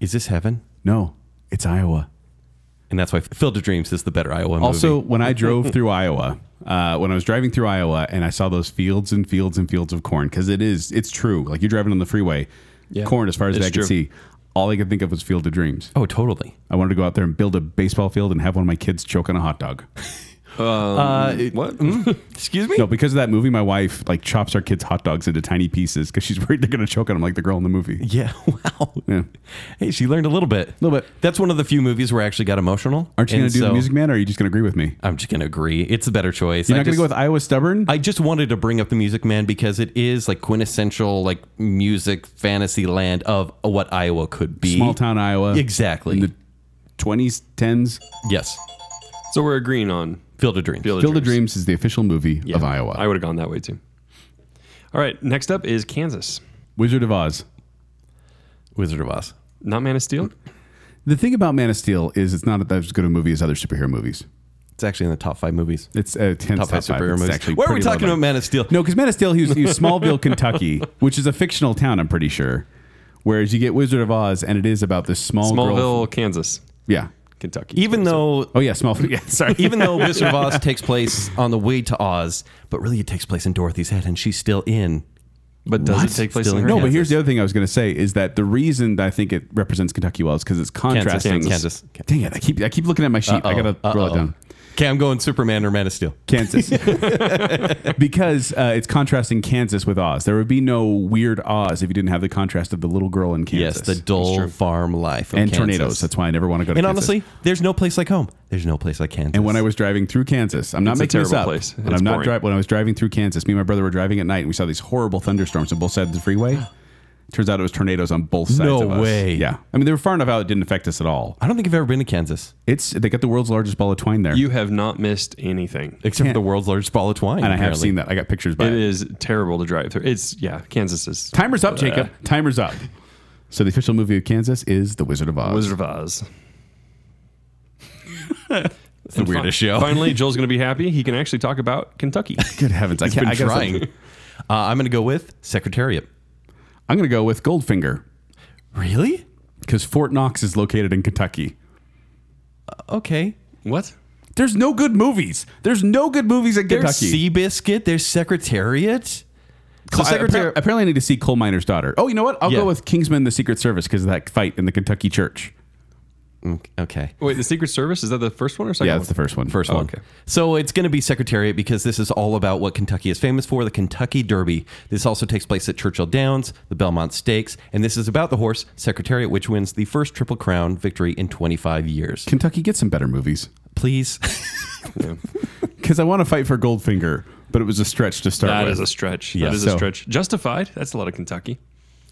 Is this heaven? No, it's Iowa. And that's why Field of Dreams is the better Iowa movie. Also, when I drove through Iowa, uh, when I was driving through Iowa and I saw those fields and fields and fields of corn, because it is, it's true. Like you're driving on the freeway, Yeah. corn as far as It's I could true. see. All I could think of was Field of Dreams. oh, totally. I wanted to go out there and build a baseball field and have one of my kids choke on a hot dog. Um, Uh, what? Excuse me? No, because of that movie, my wife like chops our kids' hot dogs into tiny pieces because she's worried they're going to choke on them like the girl in the movie. Yeah. Wow. Yeah. Hey, she learned a little bit. A Little bit. That's one of the few movies where I actually got emotional. Aren't you And going to do so the Music Man, or are you just going to agree with me? I'm just gonna agree. It's a better choice. You're I not going just- to go with Iowa Stubborn? I just wanted to bring up the Music Man because it is like quintessential like music fantasy land of what Iowa could be. Small town Iowa. Exactly. In the 20s, 10s. Yes. So we're agreeing on Field of Dreams. Field of Field of Dreams is the official movie of Iowa. I would have gone that way too. All right, next up is Kansas. Wizard of Oz. Wizard of Oz. Not Man of Steel? The thing about Man of Steel is it's not as good a movie as other superhero movies. It's actually in the top five movies. It's uh, tense Top top, five five. superhero It's movies. actually Why are we pretty low talking down. about Man of Steel? No, because Man of Steel, he was, he was Smallville, Kentucky, which is a fictional town, I'm pretty sure. Whereas you get Wizard of Oz, and it is about this small girl. Smallville, Kansas, Yeah. Kentucky. Even though Oh yeah, Smallville. Yeah, sorry. even though Wizard of Oz takes place on the way to Oz, but really it takes place in Dorothy's head and she's still in but does What? it take place Still in in No, but Kansas. here's the other thing I was going to say is that the reason that I think it represents Kentucky well is because it's contrasting. Kansas. Dang it! I keep I keep looking at my sheet. I Uh-oh, gotta roll it uh-oh. down. Okay, I'm going Superman or Man of Steel. Kansas. because uh, it's contrasting Kansas with Oz. There would be no weird Oz if you didn't have the contrast of the little girl in Kansas. Yes, the dull farm life of and Kansas. tornadoes. That's why I never want to go to And Kansas. honestly, there's no place like home. There's no place like Kansas. And when I was driving through Kansas, I'm not It's a making this terrible up. place. When It's I'm not boring. driving, when I was driving through Kansas, me and my brother were driving at night, and we saw these horrible thunderstorms on both sides of the freeway. Turns out it was tornadoes on both sides. No of us. way. Yeah, I mean they were far enough out; it didn't affect us at all. I don't think I've ever been to Kansas It's they got the world's largest ball of twine there, You have not missed anything. except for the world's largest ball of twine. and I have apparently. seen that. I got pictures by It it. is terrible to drive through. It's yeah, Kansas is Timer's up, Jacob. Timer's up. So the official movie of Kansas is The Wizard of Oz. Wizard of Oz. It's the weirdest show. Finally, Joel's going to be happy. He can actually talk about Kentucky. Good heavens! I It's can't. been I gotta- trying. uh, I'm going to go with Secretariat. I'm going to go with Goldfinger Really? because Fort Knox is located in Kentucky. Okay. what? There's no good movies. There's no good movies in There's Kentucky. Seabiscuit. There's Secretariat. So I- appar- Secretariat. apparently, I need to see Coal Miner's Daughter. Oh, you know what? I'll Yeah. go with Kingsman: The Secret Service because of that fight in the Kentucky church. Mm, Okay. Wait, the Secret Service is that the first one or second? yeah, one? that's the first one. Um, First one. one. okay. Oh, So it's going to be Secretariat because this is all about what Kentucky is famous for the Kentucky Derby. This also takes place at Churchill Downs, the Belmont Stakes, and this is about the horse Secretariat, which wins the first Triple Crown victory in 25 years. Kentucky gets some better movies Please. because I want to fight for Goldfinger, but it was a stretch to start That with. is a stretch. Yeah. that is So- a stretch. Justified. That's a lot of Kentucky.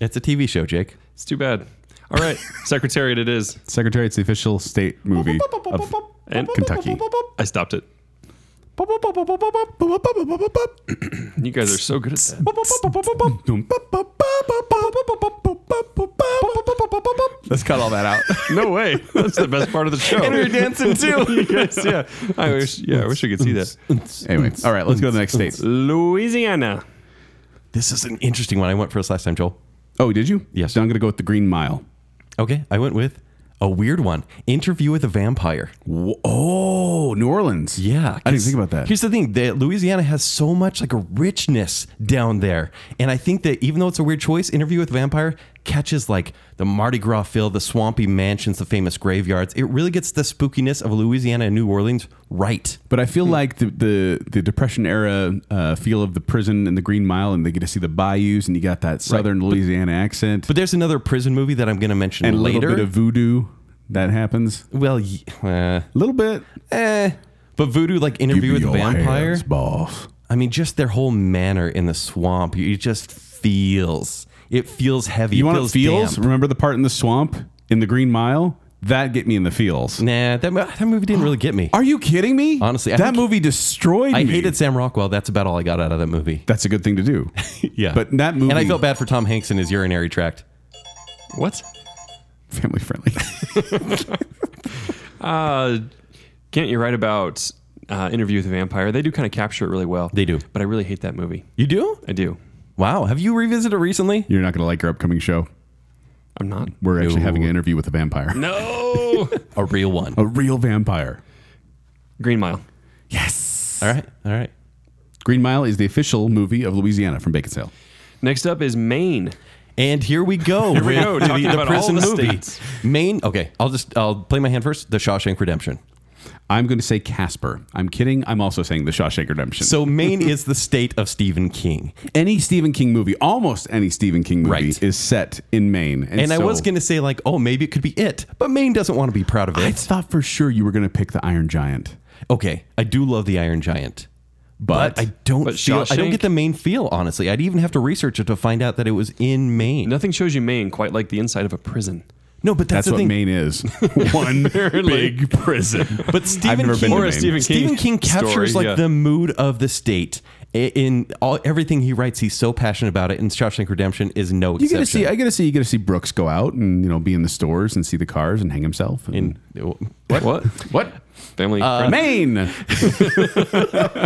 it's a TV show, Jake. It's too bad. All right, Secretariat. It is. Secretary, it's the official state movie of And Kentucky. I stopped it. You guys are so good at that. Let's cut all that out. No way. That's the best part of the show. And we're dancing too. you guys, yeah. I wish. Yeah, I wish we could see that. anyway, all right, let's go to the next state. Louisiana. This is an interesting one. I went for this last time, Joel. Oh, did you? Yes. So I'm going to go with the Green Mile. Okay. I went with a weird one Interview with a Vampire. Wh- Oh, New Orleans. Yeah, I didn't 'cause think about that. Here's the thing: that Louisiana has so much like a richness down there, and I think that even though it's a weird choice, Interview with Vampire catches like the Mardi Gras feel, the swampy mansions, the famous graveyards. It really gets the spookiness of Louisiana and New Orleans right. But I feel like the, the the Depression era uh, feel of the prison and the Green Mile, and they get to see the bayous, and you got that Southern Louisiana accent But there's another prison movie that I'm going to mention and a little later. bit of voodoo that happens. well, ye- uh, A little bit. eh. But voodoo, like Interview with a Vampire, boss. I mean, just their whole manner in the swamp, you- it just feels. It feels heavy. You it want feels it feels? damp. Remember the part in the swamp in the Green Mile? That get me in the feels. Nah, that, mo- that movie didn't really get me. Are you kidding me? Honestly, I that think- movie destroyed I me. hated Sam Rockwell. That's about all I got out of that movie. That's a good thing to do. Yeah. But that movie. And I felt bad for Tom Hanks in his urinary tract. What? Family friendly. Uh, can't you write about uh, Interview with a Vampire? They do kind of capture it really well. They do. But I really hate that movie. You do? I do. Wow. Have you revisited it recently? You're not going to like our upcoming show. I'm not. We're actually No. having an interview with a vampire. No. A real one. A real vampire. Green Mile. All right. All right. Green Mile is the official movie of Louisiana from Bacon Sale. Next up is Maine. And here we go. here we go, talking about all the states. Maine. Okay. I'll just I'll play my hand first. The Shawshank Redemption. I'm going to say Casper. I'm kidding. I'm also saying The Shawshank Redemption. So Maine is the state of Stephen King. any Stephen King movie, almost any Stephen King movie, Right. is set in Maine. And I so- was gonna say like, oh, maybe it could be it, but Maine doesn't want to be proud of I it. thought for sure you were going to pick the Iron Giant. okay, I do love the Iron Giant, but, But- I don't But feel I don't Shawshank? get the Maine feel. Honestly, I'd even have to research it to find out that it was in Maine. Nothing shows you Maine quite like the inside of a prison. No, but that's, That's the what thing. Maine is. One big prison. But Stephen never King, been to Or a Maine. Stephen King. Stephen King story, captures like yeah. the mood of the state I- in all everything he writes. He's so passionate about it, and Shawshank Redemption is no You got to exception. see. I got to see. You got to see Brooks go out and you know be in the stores and see the cars and hang himself. And, In- What? What? what? Family. Uh, friendly. Maine. I don't.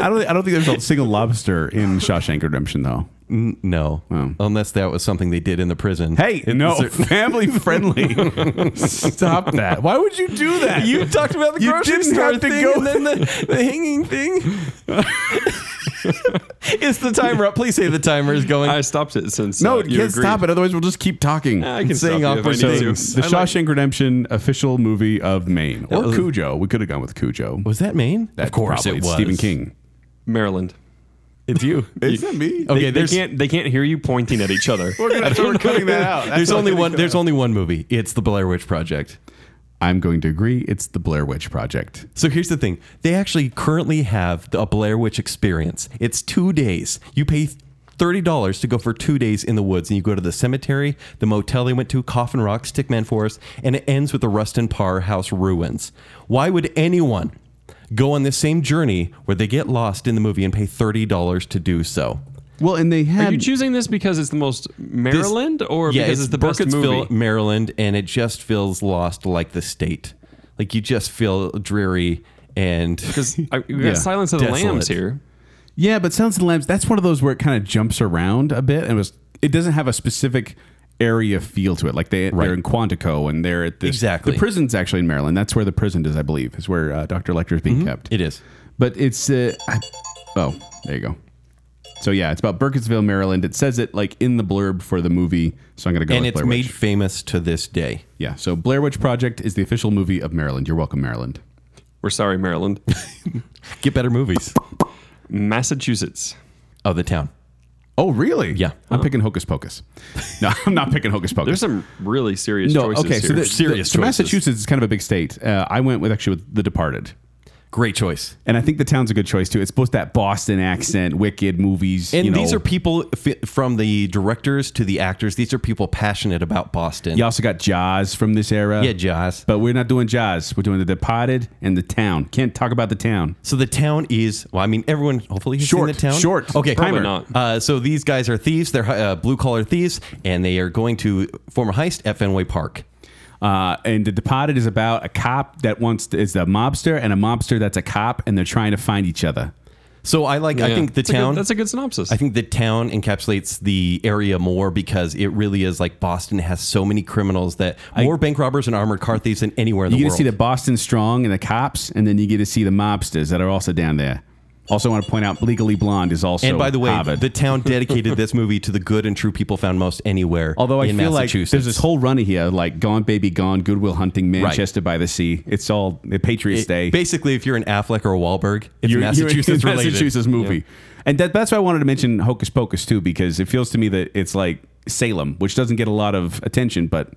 I don't think there's a single lobster in Shawshank Redemption though. n- no, unless that was something they did in the prison. Hey, It- no, it's a- family friendly. Stop that. Why would you do that? You talked about the You grocery didn't store have to thing go- and then the, the hanging thing. Is the timer up? Please say the timer is going. I stopped it since. No, uh, it you can't agreed. stop it. Otherwise, we'll just keep talking. I can Saying stop you if I awkward need so, to. the I like- Shawshank Redemption official movie of Maine or was- Cujo. We could have gone with Cujo. was that Maine? That probably- it's Stephen King. Maryland. It's you. It's not Okay, me. They, they there's- can't. They can't hear you pointing at each other. We're, gonna, we're cutting that out. That's there's not only gonna one. come There's out. only one movie. It's the Blair Witch Project. I'm going to agree. It's the Blair Witch Project. So here's the thing. They actually currently have a Blair Witch experience. It's two days. You pay $30 to go for two days in the woods, and you go to the cemetery, the motel they went to, Coffin Rock, Stickman Forest, and it ends with the Rustin Parr House ruins. Why would anyone go on this same journey where they get lost in the movie and pay $30 to do so? Well, and they had Are you choosing this because it's the most Maryland, or Yeah, because it's, the best Burkittsville, movie? Maryland, and it just feels lost like the state. Like you just feel dreary and. Because we got Yeah. Silence of the Desolate. Lambs here. Yeah, but Silence of the Lambs, that's one of those where it kind of jumps around a bit and was it doesn't have a specific area feel to it. Like they Right. they're in Quantico and they're at this Exactly. the prison's actually in Maryland. That's where the prison is, I believe, is where uh, Dr. Lecter is being kept. It is. But it's uh, I, oh, there you go. So yeah, it's about Burkittsville, Maryland. It says it like in the blurb for the movie, so I'm gonna go. and it's with Blair made Witch. famous to this day. yeah. So Blair Witch Project is the official movie of Maryland. You're welcome, Maryland. We're sorry, Maryland. Get better movies. Massachusetts. Oh, the town. Oh really? Yeah. I'm picking Hocus Pocus. No, I'm not picking Hocus Pocus. There's some really serious choices okay. here. So the, Serious the- so choices. Massachusetts is kind of a big state. Uh, I went with actually with The Departed, Great choice. and I think the town's a good choice too. It's both that Boston accent, wicked movies, And you know. these are people fi- from the directors to the actors. These are people passionate about Boston. You also got Jaws from this era. Yeah, Jaws. But we're not doing Jaws. We're doing The Departed and The Town. Can't talk about The Town. So the town is well. I mean, everyone hopefully has Short, seen the town. short. Okay. Probably not. Uh, so these guys are thieves. They're uh, blue collar thieves, and they are going to form a heist at Fenway Park. Uh, and The Departed is about a cop that wants to, is a mobster and a mobster that's a cop, and they're trying to find each other. So I like. I Yeah. think the That's a good- town. that's a good synopsis. I think the town encapsulates the area more because it really is like Boston has so many criminals that more bank robbers and armored car thieves than anywhere in You the get world. to see the Boston Strong and the cops, and then you get to see the mobsters that are also down there. Also, want to point out Legally Blonde is also And by the way, Harvard. the town dedicated this movie to the good and true people found most anywhere. Although I in feel like Massachusetts. there's this whole run of here, like Gone Baby Gone, Goodwill Hunting, Manchester by the Sea. It's all the Patriots It- Day. Basically, if you're an Affleck or a Wahlberg, it's You're- you're- Massachusetts it's a related. Massachusetts movie. And that, that's why I wanted to mention Hocus Pocus too, because it feels to me that it's like Salem, which doesn't get a lot of attention, but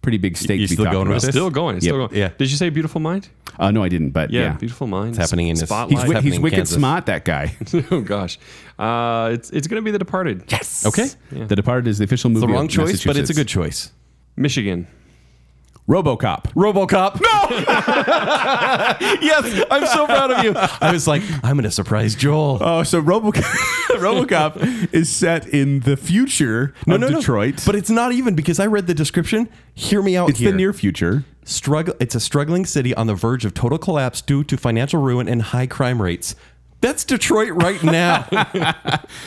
pretty big state. you to be still talking going about. with this? Still going. It's Yep. Still going. Yeah. Did you say Beautiful Mind? Uh, no, I didn't. But Yeah. yeah, Beautiful Mind. It's happening in this- He's, Spotlight. wi- he's in wicked Kansas. smart. That guy. oh gosh. Uh, it's it's going to be The Departed. Yes. Okay, The Departed is the official movie. the wrong of choice, but it's a Massachusetts. good choice. Michigan. RoboCop. RoboCop. No. yes, I'm so proud of you. I was like, I'm gonna surprise Joel. Oh, so RoboCop, RoboCop is set in the future of Detroit. But it's not even because I read the description. Hear me out it's here. the near future. struggle it's a struggling city on the verge of total collapse due to financial ruin and high crime rates that's detroit right now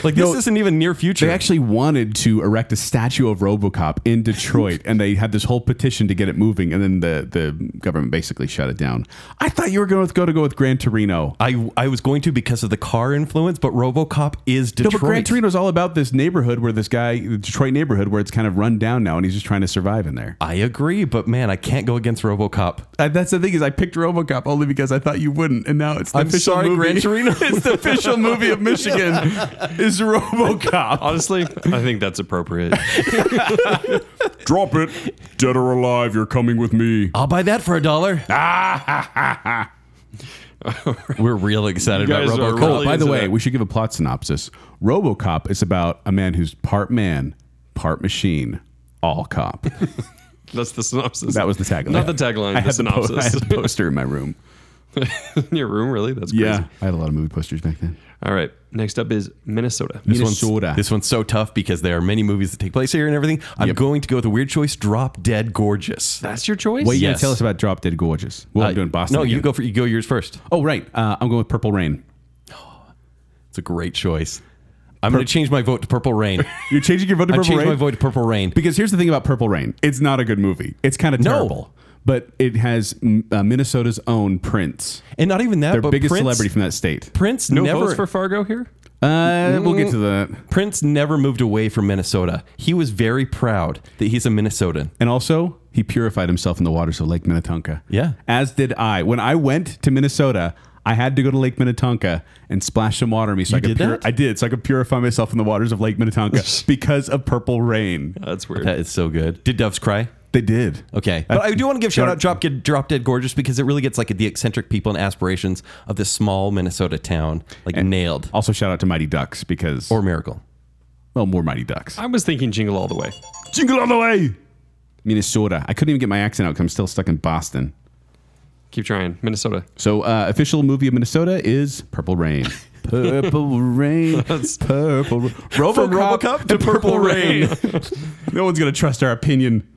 like this No, isn't even near future They actually wanted to erect a statue of RoboCop in Detroit, and they had this whole petition to get it moving, and then the, the government basically shut it down. I thought you were going to go to go with Gran Torino. Uh, I, I was going to because of the car influence but robocop is No, detroit but Gran Torino is all about this neighborhood where this guy, the Detroit neighborhood, where it's kind of run down now, and he's just trying to survive in there. i agree but man i can't go against robocop Uh, that's the thing is, I picked RoboCop only because I thought you wouldn't, and now it's the I'm official sorry, movie. Gran Torino. it's the official movie of Michigan is RoboCop. Honestly, Ah. I think that's appropriate. Drop it. Dead or alive, you're coming with me. i'll buy that for a dollar we're real excited You about guys are robocop Oh, really- By the into way, that. we should give a plot synopsis. RoboCop is about a man who's part man, part machine, all cop. that's the synopsis. That was the tagline. Not the tagline. I the had the po- I synopsis. had the poster in my room. in your room, really? That's crazy. Yeah, I had a lot of movie posters back then. All right. Next up is Minnesota. This one's- Minnesota. This one's so tough because there are many movies that take place here and everything. I'm going to go with a weird choice. Drop Dead Gorgeous. That's your choice. What are you Yes. gonna tell us about Drop Dead Gorgeous? Well, Uh, I'm doing Boston. No, you again. go for you go yours first. Oh, right. Uh, I'm going with Purple Rain. It's a great choice. I'm going to change my vote to Purple Rain. You're changing your vote to I Purple changed Rain my vote to Purple Rain. because here's the thing about Purple Rain. It's not a good movie. It's kind of No. terrible. But it has mm, uh, Minnesota's own Prince, And not even that, their but biggest Prince, celebrity from that state. Prince no never votes for Fargo here? Uh, we'll get to that. Prince never moved away from Minnesota. He was very proud that he's a Minnesotan. And also, he purified himself in the waters of Lake Minnetonka. Yeah. As did I. When I went to Minnesota, I had to go to Lake Minnetonka and splash some water in me so I did could pur- that? I did, so I could purify myself in the waters of Lake Minnetonka because of purple rain. That's weird. That is so good. Did doves cry? They did. Okay. But I do want to give shout out Drop, Kid- Drop Dead Gorgeous because it really gets like the eccentric people and aspirations of this small Minnesota town like nailed Also, shout out to Mighty Ducks because, or miracle. well, more Mighty Ducks. I was thinking Jingle All the Way. Jingle all the way! Minnesota. I couldn't even get my accent out because I'm still stuck in Boston. Keep trying. Minnesota. So, uh, official movie of Minnesota is Purple Rain. Purple Rain. Purple Rain. RoboCop to and Purple Rain. no one's going to trust our opinion.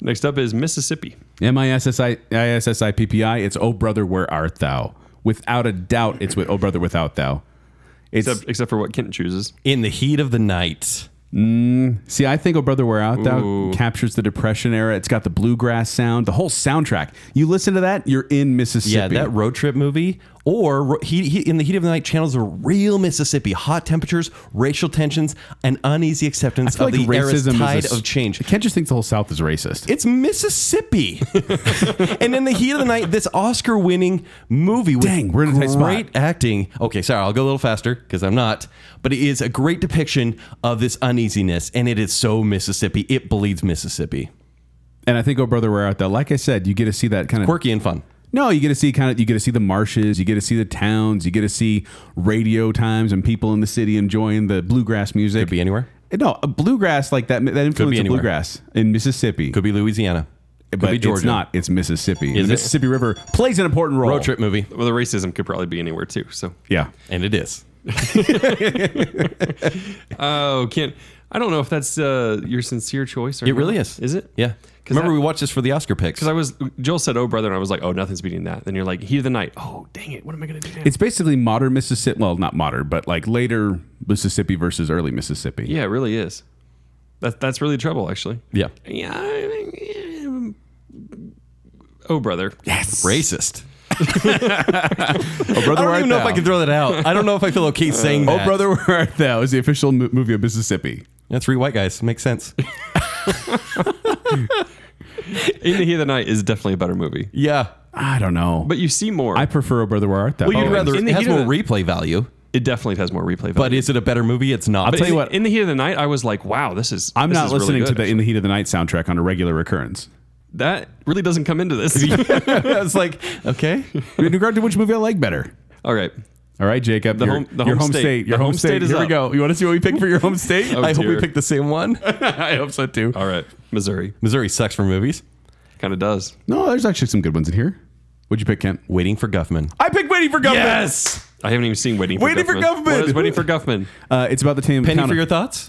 Next up is Mississippi. M I S S I I S S I P P I. It's Oh Brother, Where Art Thou? Without a doubt, it's with Oh Brother, Without Thou. It's Except, except for what Kent chooses. In the heat of the night. see, I think Oh Brother, Where Art Thou Ooh. captures the Depression era. It's got the bluegrass sound, the whole soundtrack. You listen to that, you're in Mississippi. Yeah, that road trip movie. Or ro- he, he in the heat of the night channels a real Mississippi, hot temperatures, racial tensions, and uneasy acceptance of the era's is tide a- of change. I can't just think the whole South is racist. It's Mississippi. and in the heat of the night, this Oscar winning movie with Dang, we're in a tight great spot. acting. Okay, sorry, I'll go a little faster because I'm not. But it is a great depiction of this uneasiness, and it is so Mississippi. It bleeds Mississippi. and I think Oh Brother, Where Art Thou? Like I said, you get to see that kind of Quirky and fun. No, you get to see kind of you get to see the marshes, you get to see the towns, you get to see radio times and people in the city enjoying the bluegrass music. Uh, Could be anywhere. No, a bluegrass like that that influence of anywhere. bluegrass in Mississippi. Could be Louisiana. Could but be Georgia. it's not. It's Mississippi. Is the it? Mississippi River plays an important role. Road trip movie. Well, the racism could probably be anywhere too. So, Yeah. And it is. oh, Kent, I don't know if that's uh, your sincere choice. Or It not. really is. Is it? Yeah. 'Cause Remember, I- we watched this for the Oscar picks. Because I was Joel said, "Oh, brother," and I was like, "Oh, nothing's beating that." Then you're like, "Heat of the night." Oh, dang it! What am I gonna do? Now? It's basically modern Mississippi. Well, not modern, but like later Mississippi versus early Mississippi. yeah, it really is. That that's really trouble, actually. yeah. Yeah. I- um, Oh, brother. Yes. Racist. Oh, brother, I Where don't Art even know if Thou? I can throw that out. I don't know if I feel okay saying that. Oh, brother, where art thou? Is the official mo- movie of Mississippi. Yeah, three white guys. Makes sense. In the Heat of the Night is definitely a better movie, Yeah. I don't know, but you see more. I prefer Oh, brother, where art thou? Well, by you'd the way. rather- Rather, in it the has heat of more the- replay value. it definitely has more replay value. But is it a better movie? It's not. I'll tell in you the- what. in the Heat of the Night, I was like, "Wow, this is." I'm this not is really listening good, to the In the Heat of the Night soundtrack on a regular recurrence. That really doesn't come into this. it's like, okay. In regard to which movie I like better. All right. All right, Jacob. The your, home- the your home home state. state. The Your home, home state. state is Here we up. go. You want to see what we picked for your home state? Oh, I hope we dear. picked the same one. I hope so too. All right. Missouri Missouri sucks for movies. kind of does. No, there's actually some good ones in here. What'd you pick, Kent? Waiting for Guffman. I picked Waiting for Government. I haven't even seen Waiting for Waiting for Guffman. Guffman. What is Waiting for Guffman? Uh, it's about the town. Penny town for of- your thoughts.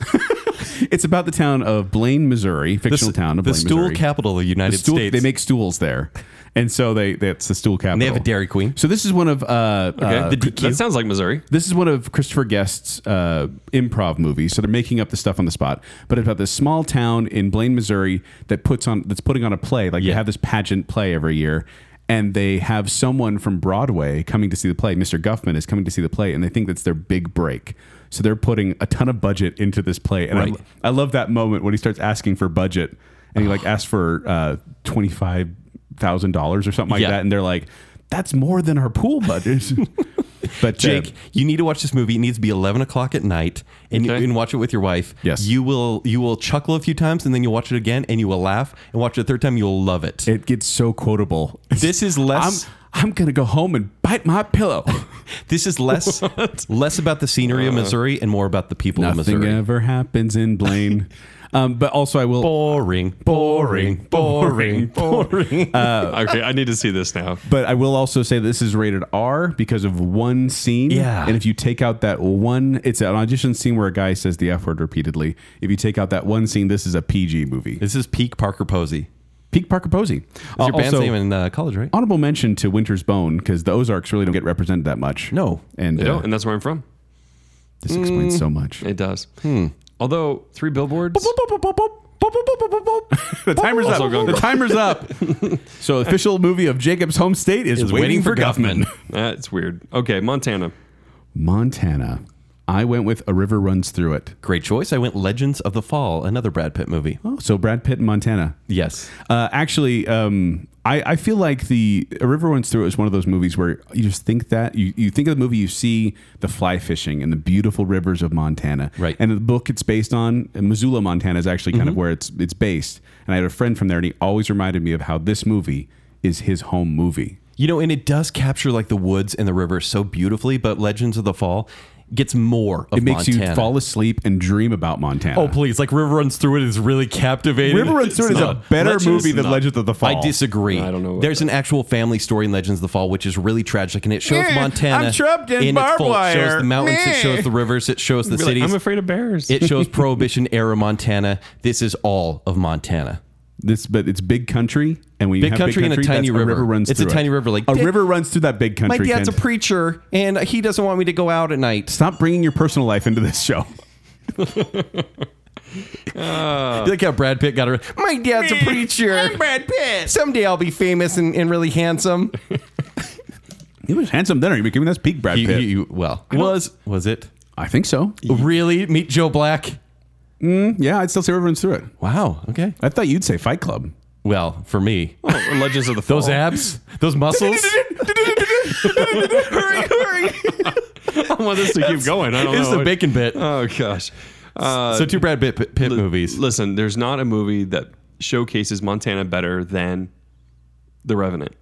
it's about the town of Blaine, Missouri, fictional town of the Blaine, stool Missouri. capital of the United Stool- States. They make stools there, and so they that's the stool capital. they have a Dairy Queen. So this is one of uh, Okay. uh, that sounds like Missouri. This is one of Christopher Guest's uh, improv movies, so they're making up the stuff on the spot. But it's about this small town in Blaine, Missouri, that puts on that's putting on a play. Like they Yeah. have this pageant play every year, and they have someone from Broadway coming to see the play. Mr. Guffman is coming to see the play, and they think that's their big break. So they're putting a ton of budget into this play, and Right. I, I love that moment when he starts asking for budget, and he Ah. like asks for uh, twenty five thousand dollars or something like Yeah. that, and they're like. That's more than our pool budget. but uh, Jake, you need to watch this movie. It needs to be eleven o'clock at night, and Okay. you can watch it with your wife. Yes. you will. You will chuckle a few times, and then you'll watch it again, and you will laugh, and watch it a third time. You'll love it. It gets so quotable. This is less- I'm, I'm gonna go home and bite my pillow. This is less less about the scenery of Missouri and more about the people of Nothing Missouri. ever happens in Blaine. um, but also, I will. boring, boring, boring, boring. Uh, Uh, okay, I need to see this now. But I will also say this is rated R because of one scene. Yeah. And if you take out that one, it's an audition scene where a guy says the F word repeatedly. If you take out that one scene, this is a PG movie. This is peak Parker Posey. Peak Parker Posey. That's your band's name in uh, college, right? honorable mention to Winter's Bone because the Ozarks really don't get represented that much. No. And, They uh, don't, and that's where I'm from. this explains so much. It does. Although three billboards. the timer's Also up. going The wrong. timer's up. so official movie of Jacob's home state is, waiting, for Guffman. That's weird. Okay, Montana. Montana. I went with A River Runs Through It. Great choice. I went Legends of the Fall, another Brad Pitt movie. Oh, so Brad Pitt in Montana. Yes. Uh, actually, um, I, I feel like the A River Runs Through It is one of those movies where you just think that you, you think of the movie, you see the fly fishing and the beautiful rivers of Montana, Right. Mm-hmm. And the book it's based on, and Missoula, Montana, is actually kind of where it's it's based. And I had a friend from there, and he always reminded me of how this movie is his home movie. You know, and it does capture like the woods and the river so beautifully, but Legends of the Fall gets more of It makes you Montana. fall asleep and dream about Montana. Oh, please. Like River Runs Through It is really captivating. River Runs Through It It's is a not. better Legends- movie than not. Legends of the Fall. I disagree. I don't know about There's an actual family story in Legends of the Fall, which is really tragic, and it shows Eh, Montana. I'm trapped in its barbed full. It shows wire. the mountains. It Meh. shows the rivers. It shows the Be like, cities. I'm afraid of bears. it shows Prohibition era Montana. This is all of Montana. This, but it's big country, and when you Big have country big and a country, tiny that's river. runs It's a through it. tiny river, like, a "Dad- river runs through that big My country. dad's a Ken. preacher, and he doesn't want me to go out at night. Stop bringing your personal life into this show. You like how Brad Pitt got her. My dad's a preacher. I'm Brad Pitt. Someday I'll be famous and, and really handsome. He was handsome then. Are you becoming that's peak Brad You, Pitt? you- you- well, was was it I think so. really meet Joe Black? Yeah, I'd still say everyone's through it. Wow. Okay. I thought you'd say Fight Club. Well, for me, Oh, Legends of the Fall. those abs, those muscles. hurry, hurry! I want this to keep going. I don't It's know. the bacon bit. Oh gosh. Uh, so two Brad Pitt, Pitt li- movies. Listen, there's not a movie that showcases Montana better than The Revenant.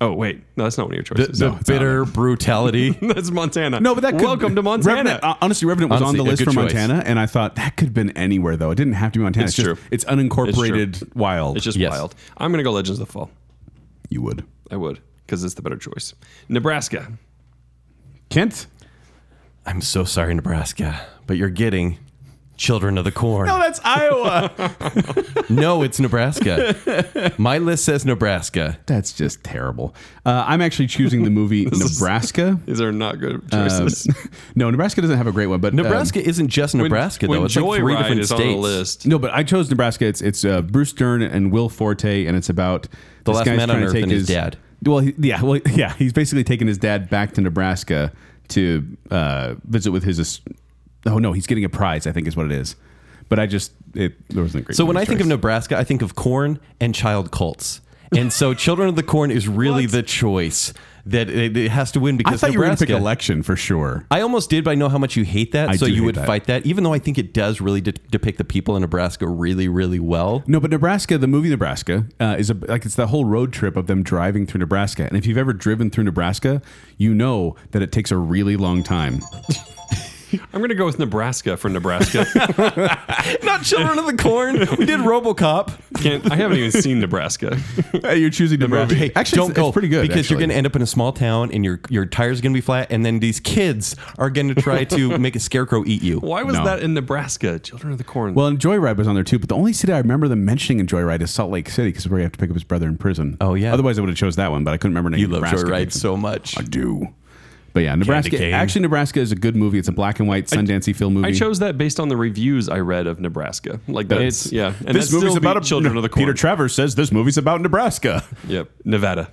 Oh wait, no, that's not one of your the choices. the bitter brutality. that's Montana. No, but that could, welcome to Montana. Revenant- uh, honestly, Revenant was Honestly, a on the list good for choice. Montana, and I thought that could have been anywhere though. It didn't have to be Montana. It's just- true. it's unincorporated wild. it's just Yes. wild. I'm gonna go Legends of the Fall. you would. I would because it's the better choice. Nebraska. Kent. I'm so sorry, Nebraska, but you're getting Children of the Corn. Oh, that's Iowa. no, it's Nebraska. My list says Nebraska. that's just terrible. Uh, I'm actually choosing the movie Nebraska. These are not good Um, choices. no, Nebraska doesn't have a great one, but um, Nebraska isn't just Nebraska when though. It's like three Joyride different is states. on the list. No, but I chose Nebraska. It's it's uh, Bruce Dern and Will Forte, and it's about The this last guy's man on trying to earth take and his dad. Well, he, yeah, well, yeah. He's basically taking his dad back to Nebraska to uh, visit with his. as- Oh no, he's getting a prize. I think is what it is. But I just it there wasn't a great. So when movie I think of choice. Nebraska, I think of corn and child cults. And so Children of the Corn is really the choice that it, it has to win because I thought you were going to Nebraska. pick election for sure. I almost did, but I know how much you hate that, I so do you hate would that. fight that. Even though I think it does really de- depict the people in Nebraska really, really well. No, but Nebraska, the movie Nebraska, uh, is a, like it's the whole road trip of them driving through Nebraska. And if you've ever driven through Nebraska, you know that it takes a really long time. I'm gonna go with Nebraska for Nebraska. Not Children of the Corn. We did RoboCop. Can't, I haven't even seen Nebraska. You're choosing Nebraska. Hey, actually, don't it's, go it's pretty good because you're actually. going to end up in a small town and your your tires are going to be flat, and then these kids are going to try to make a scarecrow eat you. Why was No. that in Nebraska? Children of the Corn. Well, and Joyride was on there too, but the only city I remember them mentioning in Joyride is Salt Lake City because where you have to pick up his brother in prison. Oh, yeah. Otherwise, I would have chose that one, but I couldn't remember. You love Joyride so much. I do. But yeah, Nebraska. cane. Actually, Nebraska is a good movie. It's a black and white Sundancey film movie. I chose that based on the reviews I read of Nebraska. Like that's, That's- yeah. And this that's movie's still about beat a, Children of the Corn. Peter Travers says this movie's about Nebraska. Yep. Nevada.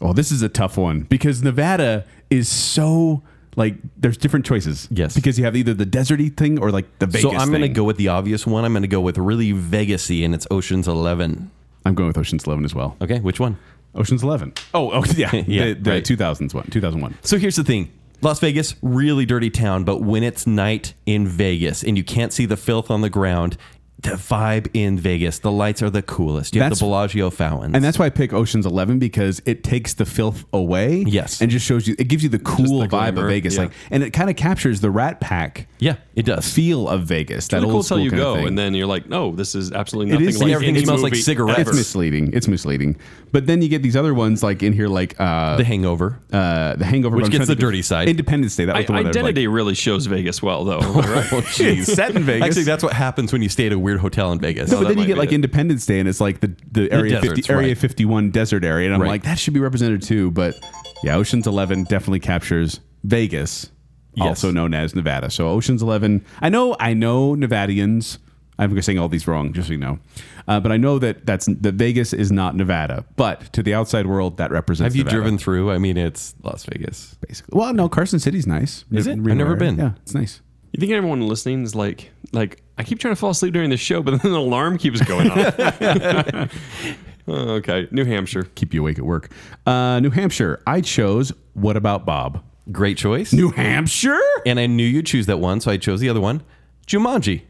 Oh, this is a tough one because Nevada is so like there's different choices. Yes. because you have either the deserty thing or like the Vegas. so I'm going to thing. go with the obvious one. I'm going to go with really Vegasy, and it's Ocean's Eleven. I'm going with Ocean's Eleven as well. Okay, which one? Ocean's Eleven. Oh, oh yeah, Yeah, The, the right. 2000s one. 2001. So here's the thing. Las Vegas, really dirty town, but when it's night in Vegas and you can't see the filth on the ground, the vibe in Vegas, the lights are the coolest. You have That's- the Bellagio fountains. And that's why I pick Ocean's Eleven because it takes the filth away. Yes. And just shows you, it gives you the cool the vibe glamour, of Vegas. yeah. Like, and it kind of captures the Rat Pack yeah, it does. feel of Vegas. that Really cool old till school you kind go, of thing. and then you're like, no, this is absolutely It nothing is- like and everything any smells like movie cigarettes. ever. it's misleading. It's misleading. But then you get these other ones like in here, like uh, The Hangover. uh, the Hangover, Which I'm gets trying to the think- dirty side. Independence Day. That was I- the one identity That really shows Vegas well, though. am I right? Oh, I was like, jeez. set in Vegas. Actually, that's what happens when you stay at a weird hotel in Vegas. No, but that then you might get be like it. Independence Day, and it's like the, the Area deserts, 50, Area right. 51 desert area, and I'm Right. like that should be represented too. But yeah, Ocean's Eleven definitely captures Vegas, Yes. also known as Nevada. So Ocean's Eleven, I know, I know Nevadians. I'm saying all these wrong, just so you know. Uh, but I know that that's that Vegas is not Nevada, but to the outside world, that represents. have you Nevada, driven through? I mean, it's Las Vegas. Basically, well, no, Carson City's nice. Is it? I've never been. Yeah, it's nice. You think everyone listening is like, like I keep trying to fall asleep during the show, but then the alarm keeps going off. okay, New Hampshire. Keep you awake at work. Uh, New Hampshire. I chose. What about Bob? Great choice. New Hampshire. And I knew you'd choose that one, so I chose the other one. Jumanji.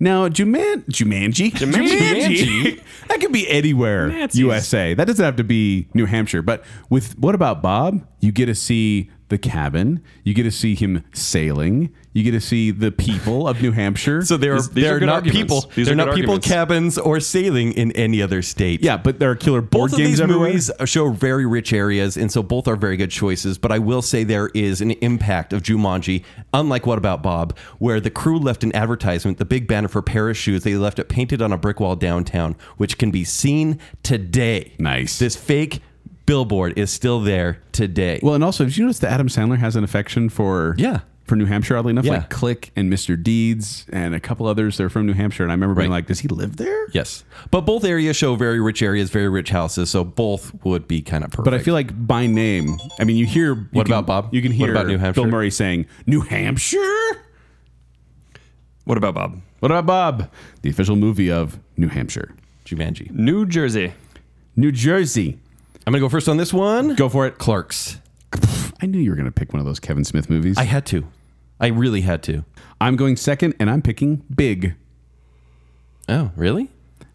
Now, Juman- Jumanji. Jumanji. that could be anywhere, Nazis. USA. That doesn't have to be New Hampshire. But with What About Bob? You get to see the cabin. You get to see him sailing. You get to see the people of New Hampshire. So there are, These- these there are are good not arguments. people. These they're are good not people, arguments. cabins, or sailing in any other state. yeah, but there are killer Both board of games these everywhere. movies show very rich areas, and so both are very good choices. But I will say there is an impact of Jumanji, unlike What About Bob, where the crew left an advertisement, the big banner for parachutes, they left it painted on a brick wall downtown, which can be seen today. Nice. This fake billboard is still there today. Well, and also, did you notice that Adam Sandler has an affection for Yeah. for New Hampshire? Oddly enough, Yeah. like Click and Mr. Deeds and a couple others. They're from New Hampshire, and I remember being Right. like, "Does he live there?" yes. But both areas show very rich areas, very rich houses, so both would be kind of perfect. But I feel like by name, I mean, you hear. you What can- about Bob? You can What hear about New Hampshire? Bill Murray saying, New Hampshire? What about Bob? What about Bob? The official movie of New Hampshire. Jumanji. New Jersey. New Jersey. I'm going to go first on this one. Go for it. Clerks. I knew you were going to pick one of those Kevin Smith movies. I had to. I really had to. I'm going second, and I'm picking Big Oh, really?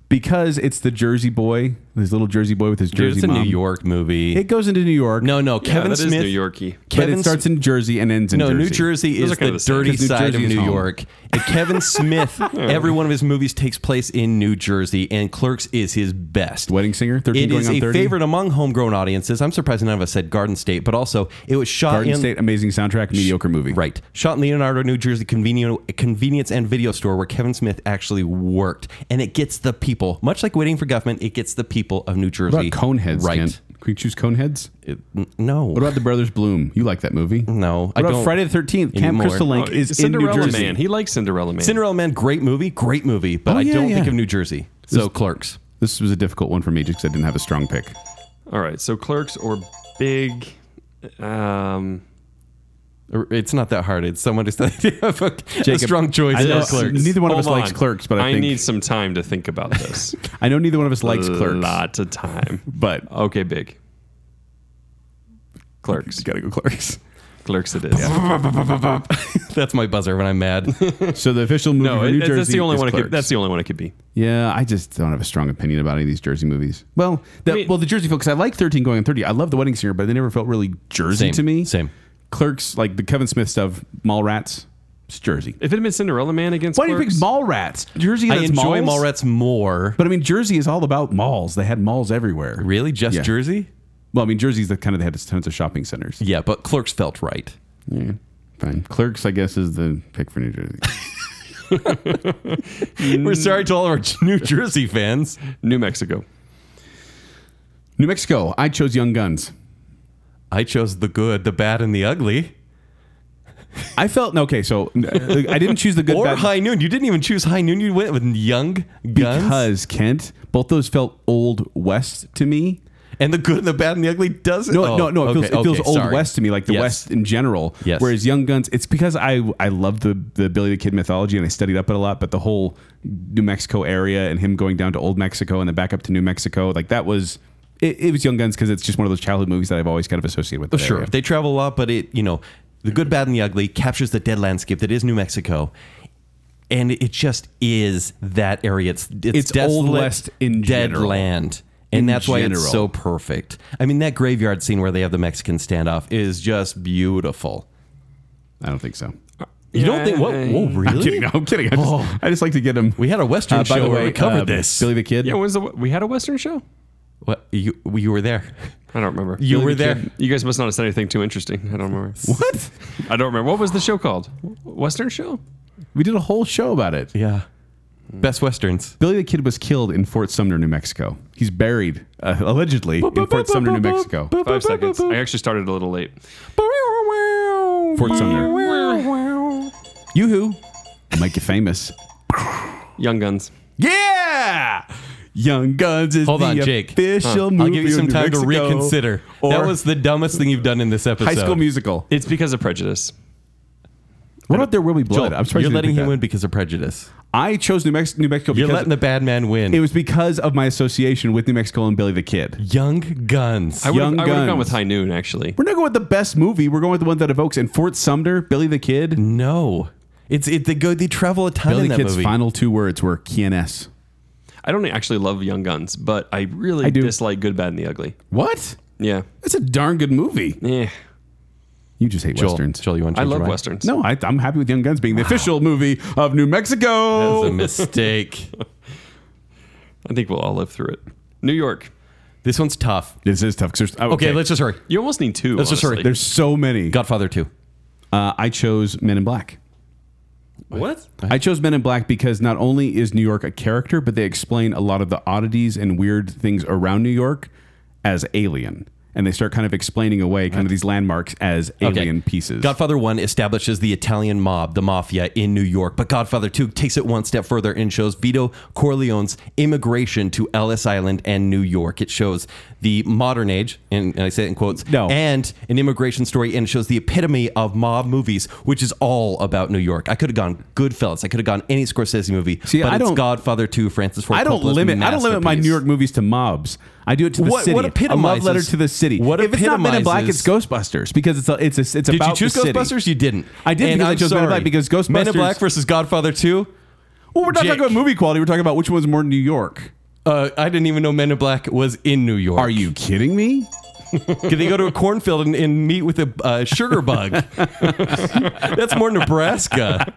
because it's the Jersey boy, this little Jersey boy with his Dude, Jersey it's a mom. New York movie. It goes into New York. no, no, Yeah, Kevin that is Smith. New Yorkie. But Kevin it starts in Jersey and ends in no, Jersey. New Jersey Those is are kind the, of the same. dirty 'Cause New side Jersey of is New home. York. And Kevin Smith, every one of his movies takes place in New Jersey, and Clerks is his best. Wedding Singer, 13 It going is on a 30. favorite among homegrown audiences. I'm surprised none of us said Garden State, but also it was shot Garden in State, amazing soundtrack, mediocre movie. Right. Shot in Leonardo, New Jersey convenient, convenience and video store where Kevin Smith actually worked. And it gets the people, much like Waiting for Guffman, it gets the people of New What Jersey. about Coneheads, Right. Kent? Can we choose Coneheads? It- n- no. What about the Brothers Bloom? You like that movie? No, What I about don't Friday the Thirteenth? Camp anymore. Crystal Lake Oh, is Cinderella in New Jersey. Man. He likes Cinderella Man. Cinderella Man, great movie, great movie, but Oh, I yeah, don't think yeah. of New Jersey. So Clerks. This was a difficult one for me just because I didn't have a strong pick. All right, so Clerks or Big. Um, Or- It's not that hard. It's someone just have a, a strong choice. I know- for Clerks. Neither one of Hold us likes on. Clerks, but I, think need some time to think about this. I know neither one of us likes Clerks. Lots of time. But Okay, Big. Clerks. gotta go Clerks. Clerks it is. That's my buzzer when I'm mad. So the official movie No, for it- New it- Jersey that's the only is one. It Clerks. could, that's the only one it could be. yeah, I just don't have a strong opinion about any of these Jersey movies. Well, that, mean- well, the Jersey folks. I like Thirteen Going on Thirty. I love The Wedding Singer, but they never felt really Jersey Same, to me. same. Clerks, like the Kevin Smith stuff, Mallrats, it's Jersey. If it had been Cinderella Man against Why do you pick Clerks, Mallrats? Jersey. I that's enjoy malls? Mallrats more. But I mean, Jersey is all about malls. They had malls everywhere. Really, just Yeah. Jersey? Well, I mean, Jersey's the kind of they had tons of shopping centers. Yeah, but Clerks felt right. Yeah, fine. Clerks, I guess, is the pick for New Jersey. Mm. We're sorry to all of our New Jersey fans. New Mexico. New Mexico. I chose Young Guns. I chose the good, the bad, and the ugly. I felt okay. So uh, I didn't choose the good Or bad, High Noon. You didn't even choose High Noon. You went with Young Guns. because Kent. Both those felt old west to me. and the good, and the bad, and the ugly doesn't. No, Oh, no, no. It feels, okay, it feels okay, old sorry. west to me, like the Yes. west Oh, in general. Yes. Whereas Young Guns, it's because I I love the the Billy the Kid mythology and I studied up it a lot. But the whole New Mexico area and him going down to Old Mexico and then back up to New Mexico, like that was it, it was Young Guns because it's just one of those childhood movies that I've always kind of associated with. that Oh, Sure, area. they travel a lot, but it, you know, the good, bad, and the ugly captures the dead landscape that is New Mexico, and it just is that area. It's it's, It's Old desolate, West in dead general. land. And In that's why general. it's so perfect. I mean, that graveyard scene where they have the Mexican standoff is just beautiful. I don't think so. You don't think? Whoa, whoa really? Oh. I'm kidding. I'm kidding. I just, I just like to get him. Uh, We had a Western show where we covered this. um, Billy the Kid. Yeah, when's the we had a Western show? What you you were there? I don't remember. You Billy were the there. Kid. You guys must not have said anything too interesting. I don't remember. What? I don't remember. What was the show called? W- Western show? We did a whole show about it. Yeah, best westerns. Billy the Kid was killed in Fort Sumner, New Mexico. He's buried uh, allegedly in Fort Sumner, New Mexico. Five seconds. I actually started a little late. Fort Sumner. Yoo-hoo. Make you famous. Young Guns. Yeah! Young Guns is Hold the on, Jake. official movie I'll give you of some New time to Mexico, reconsider. Or That was the dumbest thing you've done in this episode. High School Musical. It's because of prejudice. What about There Will Be Blood? Joel, I'm surprised you're you didn't letting pick him that. win because of prejudice. I chose New, Mex- New Mexico You're because letting the bad man win. it was because of my association with New Mexico and Billy the Kid. Young Guns. I would have Young gone Guns. with High Noon actually. We're not going with the best movie. We're going with the one that evokes in Fort Sumter, Billy the Kid. no, it's it. They go. They travel a ton Billy in the that Kid's movie. final two words were "Quienes." I don't actually love Young Guns, but I really I do. dislike Good, Bad, and the Ugly. What? Yeah, That's a darn good movie. yeah. You just hate Joel, westerns. Joel, you want? To I change your love mind? westerns. No, I, I'm happy with Young Guns being the official movie of New Mexico. That's a mistake. I think we'll all live through it. New York. this one's tough. This is tough. 'cause There's, oh, Okay, let's just hurry. You almost need two. That's just honestly. There's so many. Godfather Two. Uh, I chose Men in Black. What? I chose Men in Black because not only is New York a character, but they explain a lot of the oddities and weird things around New York as alien. And they start kind of explaining away kind of these landmarks as alien pieces. Godfather 1 establishes the Italian mob, the mafia, in New York, but Godfather 2 takes it one step further and shows Vito Corleone's immigration to Ellis Island and New York. It shows the modern age, and, and I say it in quotes, No. and an immigration story, and it shows the epitome of mob movies, which is all about New York. I could have gone Goodfellas, I could have gone any Scorsese movie, See, but I it's don't- Godfather 2, Francis Ford I don't Coppola's limit. I don't limit my New masterpiece. York movies to mobs. I do it to the What- city. what a love epitomizes- letter to the city. what if it's not Men in Black, epitomizes- it's Ghostbusters because it's a, it's a, it's Did about you choose the city. Ghostbusters? You didn't. I did And because I I'm chose Men in sorry. Black because Men Ghostbusters- in Black versus Godfather 2. Well, we're not Jake. talking about movie quality. We're talking about which one's more New York. Uh, I didn't even know Men in Black was in New York. Are you kidding me? Can they go to a cornfield and, and meet with a uh, sugar bug? That's more Nebraska.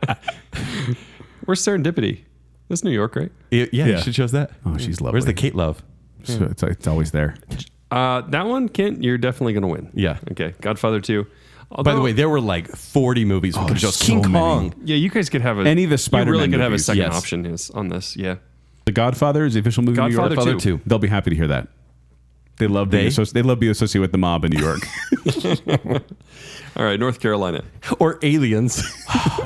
Where's Serendipity? That's New York, right? Y- yeah, Yeah. you should chose that. Oh, she's lovely. Where's the Oh, Kate Love? So it's, it's always there. Uh, that one, Kent, you're definitely going to win. Yeah. Okay. Godfather 2. By the Although- way, there were like 40 movies we could have there's chose. Oh, King so many. Kong. yeah, you guys could have a. Any of the Spider-Man You really could have a movies. second Yes. option is on this. Yeah. The Godfather is the official movie. in New York. Godfather Godfather two. two. They'll be happy to hear that. They love being They? associ- they love being associated with the mob in New York. All right. North Carolina. Or Aliens.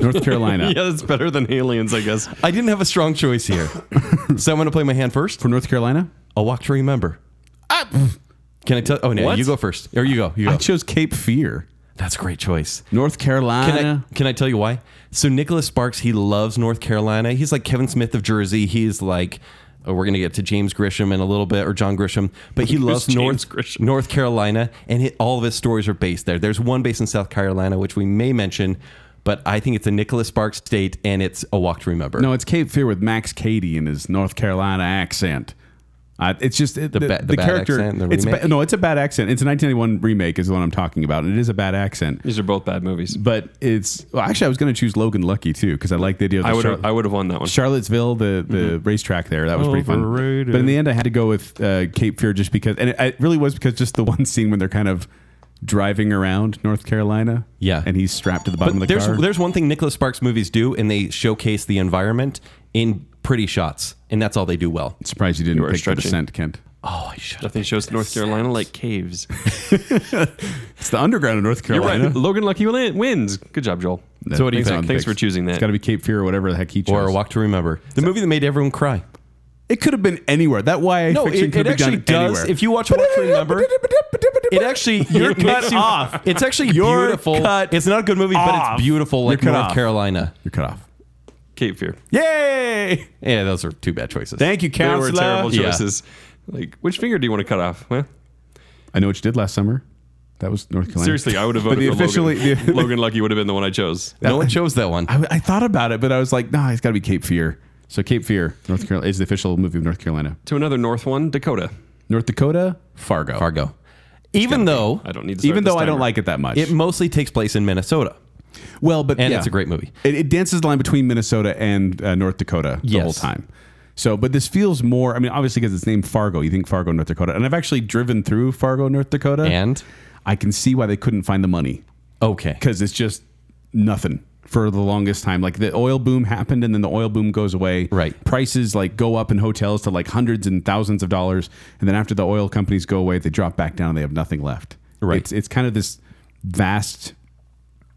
North Carolina. Yeah, that's better than aliens, I guess. I didn't have a strong choice here. so I'm going to play my hand first. For North Carolina, A Walk to Remember. Ah! Can I tell? Oh, no, What? you go first. Or you go. You I go. chose Cape Fear. That's a great choice. North Carolina. Can I, can I tell you why? So Nicholas Sparks, he loves North Carolina. He's like Kevin Smith of Jersey. He's like, oh, we're going to get to James Grisham in a little bit or John Grisham, but he loves James North Grisham? North Carolina, and he- all of his stories are based there. There's one based in South Carolina, which we may mention, but I think it's a Nicholas Sparks state, and it's a walk to remember. No, it's Cape Fear with Max Cady in his North Carolina accent. Uh, it's just it- the, ba- the bad accent, the it's a remake? ba- no, it's a bad accent. It's a 1991 remake is the one I'm talking about, and it is a bad accent. These are both bad movies. But it's well, actually I was going to choose Logan Lucky too because I like the idea. Of the I would Char- have I would have won that one. Charlottesville, the the Mm-hmm. racetrack there, that was pretty fun. Overrated. But in the end, I had to go with uh, Cape Fear just because, and it, it really was because just the one scene when they're kind of driving around North Carolina, Yeah. and he's strapped to the bottom But of the there's car. there's one thing Nicholas Sparks movies do, and they showcase the environment in pretty shots, and that's all they do well. Surprised you didn't are pick stretching. the descent, Kent. Oh, I should. Nothing shows North Carolina like caves. It's the underground of North You're Carolina. right. Logan Lucky win- wins. Good job, Joel. So what do you Thanks, think? for- thanks for choosing that. It's got to be Cape Fear or whatever the heck he chose. Or a walk to remember. The movie that made everyone cry. It could have been anywhere. That why I No, fiction it- could it be done actually does. anywhere. If you watch Walk to Remember, It actually You're it makes cut you- off. It's actually You're beautiful. cut it's not a good movie, but off. it's beautiful, like You're cut North off. Carolina. you're cut off. Cape Fear. Yay! Yeah, those are two bad choices. Thank you, They were counselor. terrible Yeah. choices. Like, which finger do you want to cut off? Well, I know what you did last summer. That was North Carolina. seriously, I would have But voted the for officially- Logan. the- Logan Lucky would have been the one I chose. no one chose that one. I, I thought about it, but I was like, nah, it's got to be Cape Fear. So Cape Fear, North Carolina, is the official movie of North Carolina. To another North one, Dakota. North Dakota, Fargo. Fargo. Even though I don't need to. Start Even this though I don't timer. like it that much. it mostly takes place in Minnesota, well, but and yeah. it's a great movie. It, it dances the line between Minnesota and uh, North Dakota the Yes. whole time. So, but this feels more. I mean, obviously because it's named Fargo, you think Fargo, North Dakota, and I've actually driven through Fargo, North Dakota, And? I can see why they couldn't find the money Okay. because it's just nothing for the longest time. Like the oil boom happened, and then the oil boom goes away. Right. prices like go up in hotels to like hundreds and thousands of dollars, and then after the oil companies go away, they drop back down. and They have nothing left. Right. it's, it's kind of this vast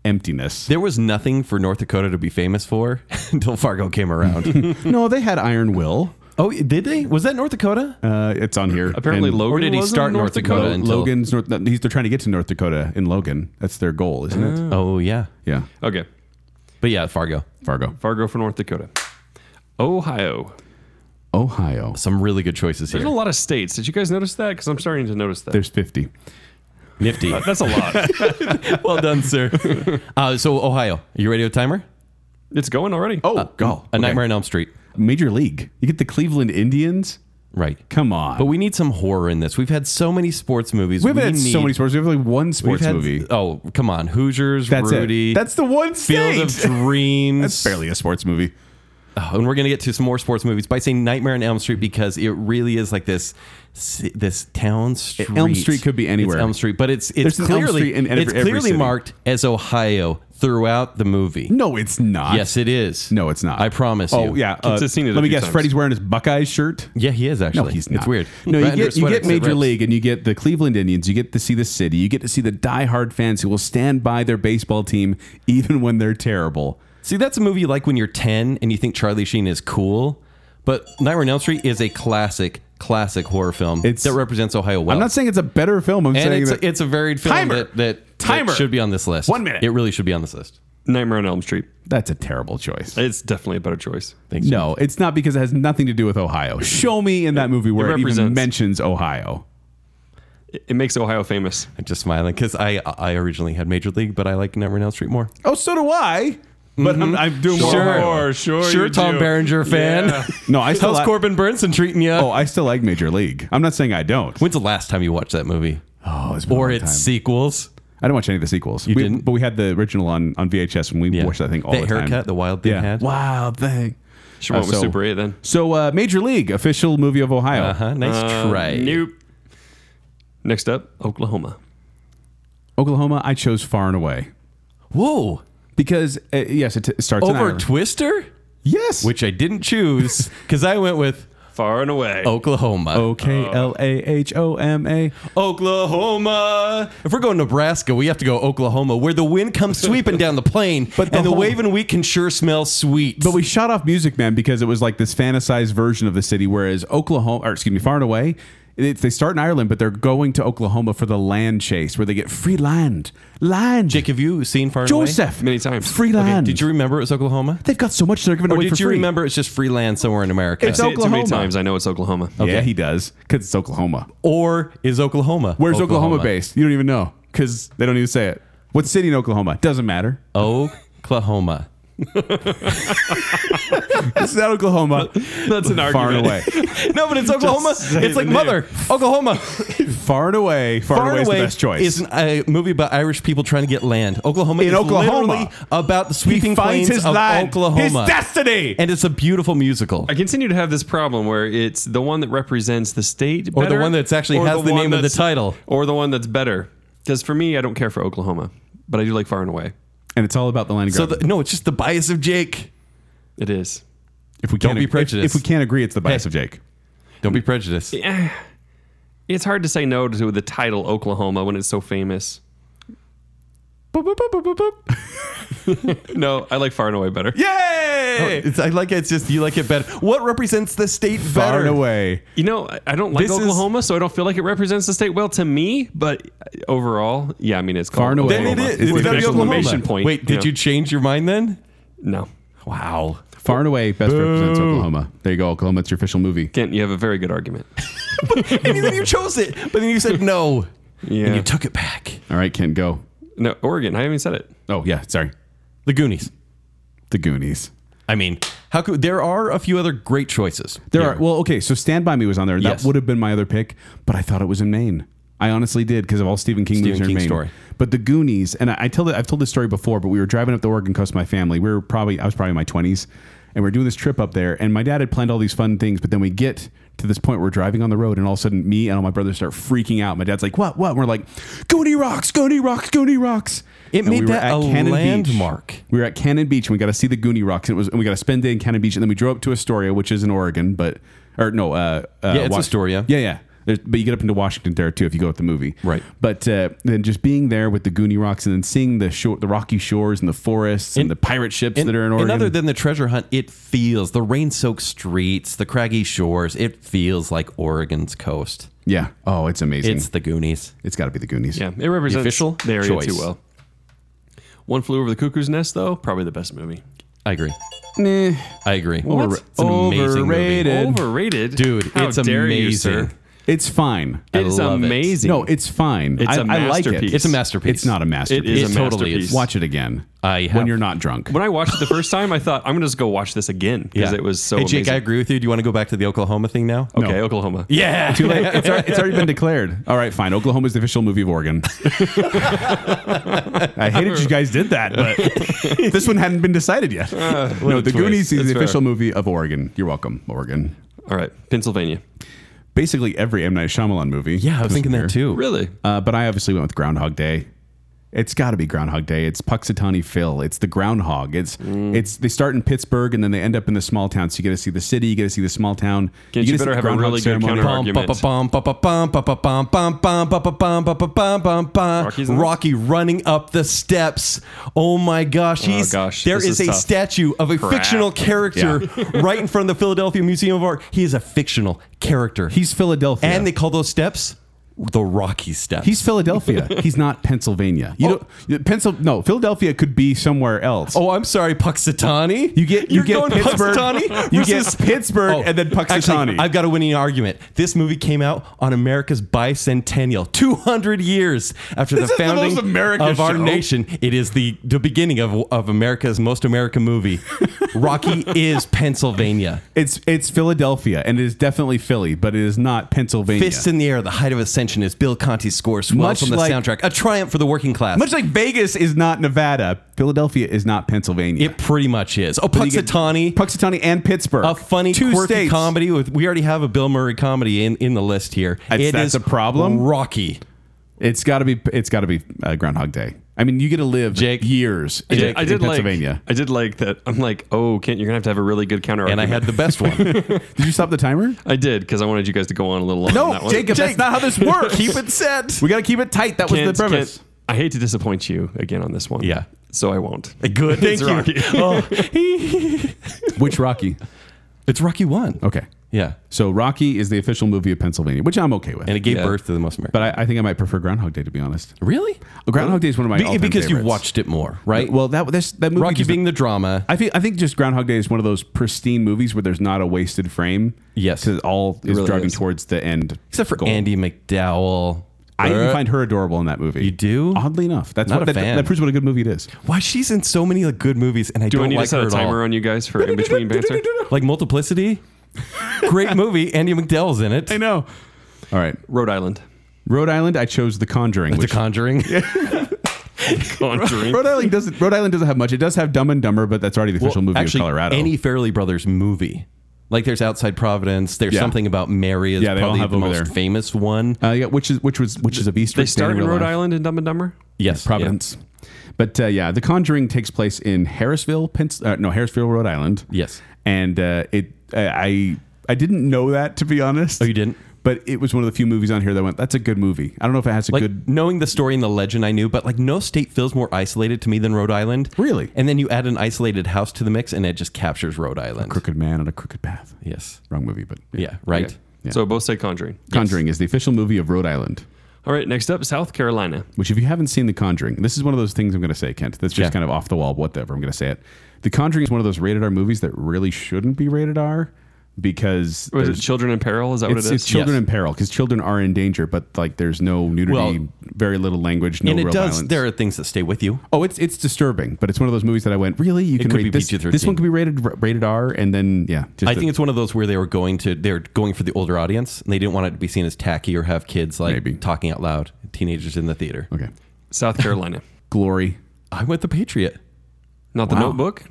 emptiness. There was nothing for North Dakota to be famous for until Fargo came around. no, they had Iron Will. oh, did they? Was that North Dakota? Uh, it's on here. Apparently, And Logan or did he was in start North Dakota? Lo- until- Logan's North. no, Ah. He's they're trying to get to North Dakota in Logan. That's their goal, isn't it? oh yeah. Yeah. Okay. But yeah, Fargo. Fargo. Fargo for North Dakota. Ohio. Ohio. Some really good choices There's a here. lot of states. Did you guys notice that? Because I'm starting to notice that. There's 50. Nifty. That's a lot. well done, sir. Uh, so Ohio, you ready to timer? it's going already. Oh, go. Uh, A Nightmare on Elm Street. Major League. You get the Cleveland Indians? Right. Come on. But we need some horror in this. We've had so many sports movies. we haven't had need, so many sports. We have like one we've sports had- movie. Oh, come on. Hoosiers, That's Rudy. it. That's the one Field state. of Dreams. That's barely a sports movie. Oh, and we're gonna get to some more sports movies by saying Nightmare on Elm Street because it really is like this ci- this town street. Elm Street could be It's anywhere. Elm Street, but it's it's There's an Elm clearly Street in every- it's every clearly city. marked as Ohio throughout the movie. No, it's not. Yes, it is. No, it's not. I promise you. Oh, yeah. Kids have seen it a let me few guess. times. Freddie's wearing his Buckeyes shirt. Yeah, he is actually. No, he's not. It's weird. No, Right you under get, his you sweater, get it Major rips. League and you get the Cleveland Indians. You get to see the city. You get to see the diehard fans who will stand by their baseball team even when they're terrible. See, that's a movie you like when you're 10 and you think Charlie Sheen is cool. But Nightmare on Elm Street is a classic, classic horror film It's- that represents Ohio well. I'm not saying it's a better film. I'm and saying it's that a, it's a varied film Timer! that, that, that Timer! should be on this list. One minute. It really should be on this list. Nightmare on Elm Street. that's a terrible choice. It's definitely a better choice. Thanks. No, it's not because it has nothing to do with Ohio. Show me in that movie where it, even represents- mentions Ohio. It it makes Ohio famous. I'm just smiling because I I originally had Major League, but I like Nightmare on Elm Street more. Oh, so do I. But I'm, I'm doing more Ohio. sure, Mm-hmm. Sure, Tom Berenger fan. No, I still How's like- Corbin Burnson treating you? Oh, I still like Major League. I'm not saying I don't. When's the last time you watched that movie? Oh, it's been a or long its time. sequels? I don't watch any of the sequels. You We- didn't? but we had the original on, on VHS and we watched that thing all the haircut, time. the wild thing yeah. had. Wow, thing. She went Uh, with so- Super 8 then. So, uh, Major League, official movie of Ohio. Uh-huh, nice Um, Uh, try. Nope. Next up, Oklahoma. Oklahoma, I chose Far and Away Whoa. because uh, yes, it, t- starts in Over Ireland. Twister? yes, which I didn't choose because I went with Far and away. Oh, Oklahoma. O K L A H O M A. Oklahoma. If we're going Nebraska, we have to go Oklahoma, where the wind comes sweeping down the plain, But the and the whole- waving wheat can sure smell sweet. But we shot off Music Man because it was like this fantasized version of the city, whereas Oklahoma, or excuse me, Far and Away, it, they start in Ireland, but they're going to Oklahoma for the land chase, where they get free land, land. Jake, have you seen Far and Away? Joseph, Many times. free Okay, land. Did you remember it was Oklahoma? They've got so much they're giving Or away did for you free. remember it's just free land somewhere in America? It's Say it too many Oklahoma. times. I know it's Oklahoma. Oh. Yeah, he does because it's Oklahoma. or is Oklahoma? Where's Oklahoma, based? You don't even know because they don't even say it. What city in Oklahoma? Doesn't matter. Oklahoma. It's not Oklahoma. That's an Far and argument. away. No, but it's Oklahoma. say It's the like name. mother, Oklahoma. Far and away. Far, and away is the best choice. is an- a movie about Irish people trying to get land. Oklahoma In is Oklahoma. literally about the he sweeping finds plains his of land, Oklahoma. his destiny. and it's a beautiful musical. I continue to have this problem where it's the one that represents the state, Or the better, one that's actually or has the one name of the that's- title. or the one that's better. Because for me, I don't care for Oklahoma, but I do like Far and Away. And it's all about the land so grab. the, no, it's just the bias of Jake. It is. if we don't can't be ag- if- prejudiced. If, we can't agree, it's the bias Hey. of Jake. Don't be prejudiced. It's hard to say no to the title Oklahoma when it's so famous. Boop, boop, boop, boop, boop, boop. No, I like Far and Away better. Yay! It's, I like it. It's just you like it better. What represents the state Far better? and away. You know, I- I don't like This is- Oklahoma, so I don't feel like it represents the state well to me. But overall, yeah, I mean, it's Far called and away. Then it Oklahoma. is. It's It's with gotta an be Oklahoma. exclamation point. Wait, did Yeah. you change your mind then? No, Wow. Far and away best represents Oklahoma. There you go, Oklahoma. It's your official movie. Kent, you have a very good argument. and then you chose it, but then you said no. Yeah. And you took it back. All right, Ken, go. No, Oregon. I haven't even said it. Oh yeah, sorry. The Goonies. The Goonies. I mean, how could there are a few other great choices. There are well, okay. So Stand by Me was on there. That Yes. would have been my other pick, but I thought it was in Maine. I honestly did because of all Stephen King movies Stephen are in King Maine. story. But the Goonies, and I, I tell that I've told this story before, but we were driving up the Oregon coast, with my family. We were probably I was probably in my twenties, and we are doing this trip up there. And my dad had planned all these fun things, but then we get to this point, we're driving on the road, and all of a sudden, me and all my brothers start freaking out. My dad's like, "What? What?" And we're like, "Goonie rocks! Goonie rocks! Goonie rocks!" It And made were that at a Cannon Beach. landmark. We were at Cannon Beach and we got to see the Goonie Rocks. It was and we got to spend day in Cannon Beach and then we drove up to Astoria, which is in Oregon, but or no, uh, uh Yeah, it's Wash- Astoria. Yeah, yeah. There's, but you get up into Washington there too if you go with the movie, Right. But uh, then just being there with the Goonie Rocks and then seeing the shore, the rocky shores and the forests and, And- the pirate ships And, that are in Oregon. and other than the treasure hunt, it feels the rain soaked streets, the craggy shores, it feels like Oregon's coast. yeah, oh, it's amazing. It's It's, the Goonies. it's got to be the Goonies. Yeah, it represents official the area choice. too well. One Flew Over the Cuckoo's Nest, though, probably the best movie. I agree. Meh. I agree. What? It's an amazing movie. Overrated. Dude. Overrated, Dude, How it's dare amazing. You, sir. It's fine. I It's love it. amazing. No, it's fine. It's I- a I like it. masterpiece. It's a masterpiece. It's not a masterpiece. It is It a totally masterpiece. is. Watch it again. I have- when you're not drunk. When I watched it the first time, I thought I'm gonna just go watch this again because it was so. Hey, Jake, amazing. I agree with you. Do you want to go back to the Oklahoma thing now? Okay, No. Oklahoma. Yeah. Too late. It's, already, it's already been declared. All right, fine. Oklahoma's the official movie of Oregon. I hated you guys did that, but this one hadn't been decided yet. Ah, no, The twist. Goonies is That's the fair. official movie of Oregon. You're welcome, Oregon. All right, Pennsylvania. Basically, every M Night Shyamalan movie. Yeah, I was thinking that too. Really? Uh, but I obviously went with Groundhog Day. It's got to be Groundhog Day. It's Puxatawny Phil. It's the groundhog. It's Mm. it's they start in Pittsburgh and then they end up in the small town. So you get to see the city, you get to see the small town. get Can't you to see better the have a groundhog really good ceremony. counter- argument. Rocky's in this? Rocky running up the steps. Oh my gosh. He's, gosh, There this is is a tough. statue of a Crap. fictional character right in front of the Philadelphia Museum of Art. He is a fictional character. He's Philadelphia. and they call those steps the Rocky steps. He's Philadelphia. He's not Pennsylvania. You Oh. don't Pencil no, Philadelphia could be somewhere else. Oh, I'm sorry, Puxatani. You get- you You're get going Pittsburgh- Puxatani you get versus- Oh, Pittsburgh and then Puxatani. Actually, I've got a winning argument. This movie came out on America's bicentennial, 200 years after This the is the founding most America of our show. nation. It is the the beginning of of America's most American movie. Rocky is Pennsylvania. It's it's Philadelphia and it is definitely Philly, but it is not Pennsylvania. Fists in the air, the height of ascension is Bill Conti's score swells Much from the like- soundtrack. A triumph for the working class. Much like Vegas is not Nevada, Philadelphia is not Pennsylvania. it pretty much is. Oh, You get Puxatani. Puxatawny, and Pittsburgh. a funny, Two quirky states. comedy. With we already have a Bill Murray comedy in, in the list here. That's- that's a problem? Rocky. It's got to be. It's got to be uh, Groundhog Day. I mean, you get to live Jake. years in, Jake, I in did like. Pennsylvania. I did like that. I'm like, oh, Kent, you're gonna have to have a really good counter And I argument. had the best one. Did you stop the timer? I did because I wanted you guys to go on a little longer. on that one. that's not how this works. keep it set. We got to keep it tight. That was Kent, the premise. Kent, I hate to disappoint you again on this one. Yeah. So I won't. Good. Thank you. It's Rocky. Which Rocky? It's Rocky one. Okay, Yeah. so Rocky is the official movie of Pennsylvania, which I'm okay with. And it gave Yeah. birth to the most American. but I, I think I might prefer Groundhog Day to be honest. really? Groundhog Day is one of my Be- all-time because you favorites. watched it more, right? Well, that this, that movie Rocky just- being the drama. I feel I think just Groundhog Day is one of those pristine movies where there's not a wasted frame. Yes. because all is really driving is. towards the end. except for goal. Andy McDowell. I even Uh, find her adorable in that movie. You do? Oddly enough, that's Not what a that, fan. that proves what a good movie it is. why she's in so many like good movies, and I Do not I need like to set her a at all. timer on you guys for in between banter? Like Multiplicity. Great movie. Andy McDowell's in it. know. All right, Rhode Island. Rhode Island. I chose The Conjuring. The Which, Conjuring. Conjuring. Rhode Island doesn't. Rhode Island doesn't have much. It does have Dumb and Dumber, but that's already the official movie actually, of Colorado. Any Fairley Brothers movie. Like there's Outside Providence. There's Yeah. something about Mary is Yeah, they all probably have the over most there. famous one. uh, yeah, which is which was which is a beast. They start in Rhode Island in Dumb and Dumber. yes. Providence. But uh, yeah, The Conjuring takes place in Harrisville, Pens- uh, no Harrisville, Rhode Island. Yes. and uh, it uh, I I didn't know that to be honest. Oh, you didn't? But it was one of the few movies on here that went. That's a good movie. I don't know if it has a Like good. knowing the story and the legend, I knew, but like no state feels more isolated to me than Rhode Island. Really? And then you add an isolated house to the mix, and it just captures Rhode Island. Crooked Man on a Crooked Path. Yes. Wrong movie, but Yeah. Right. Okay. Yeah. So both say Conjuring. Conjuring is the official movie of Rhode Island. All right, next up, South Carolina. Which, if you haven't seen The Conjuring, this is one of those things I'm going to say, Kent. That's just Yeah. kind of off the wall, whatever. I'm going to say it. The Conjuring is one of those rated R movies that really shouldn't be rated R because Was it there's- Children in Peril? Is that what it's, it it's is? children Yes. in peril because children are in danger, but like there's no nudity, Well- very little language, no and it real does. violence. There are things that stay with you. Oh, it's it's disturbing, but it's one of those movies that I went really. You can could rate be this. PG-13. This one could be rated rated R, and then yeah, just I the- think it's one of those where they were going to they're going for the older audience, and they didn't want it to be seen as tacky or have kids like Maybe. talking out loud, teenagers in the theater. okay. South Carolina. Glory. I went the Patriot. Not the Wow. Notebook.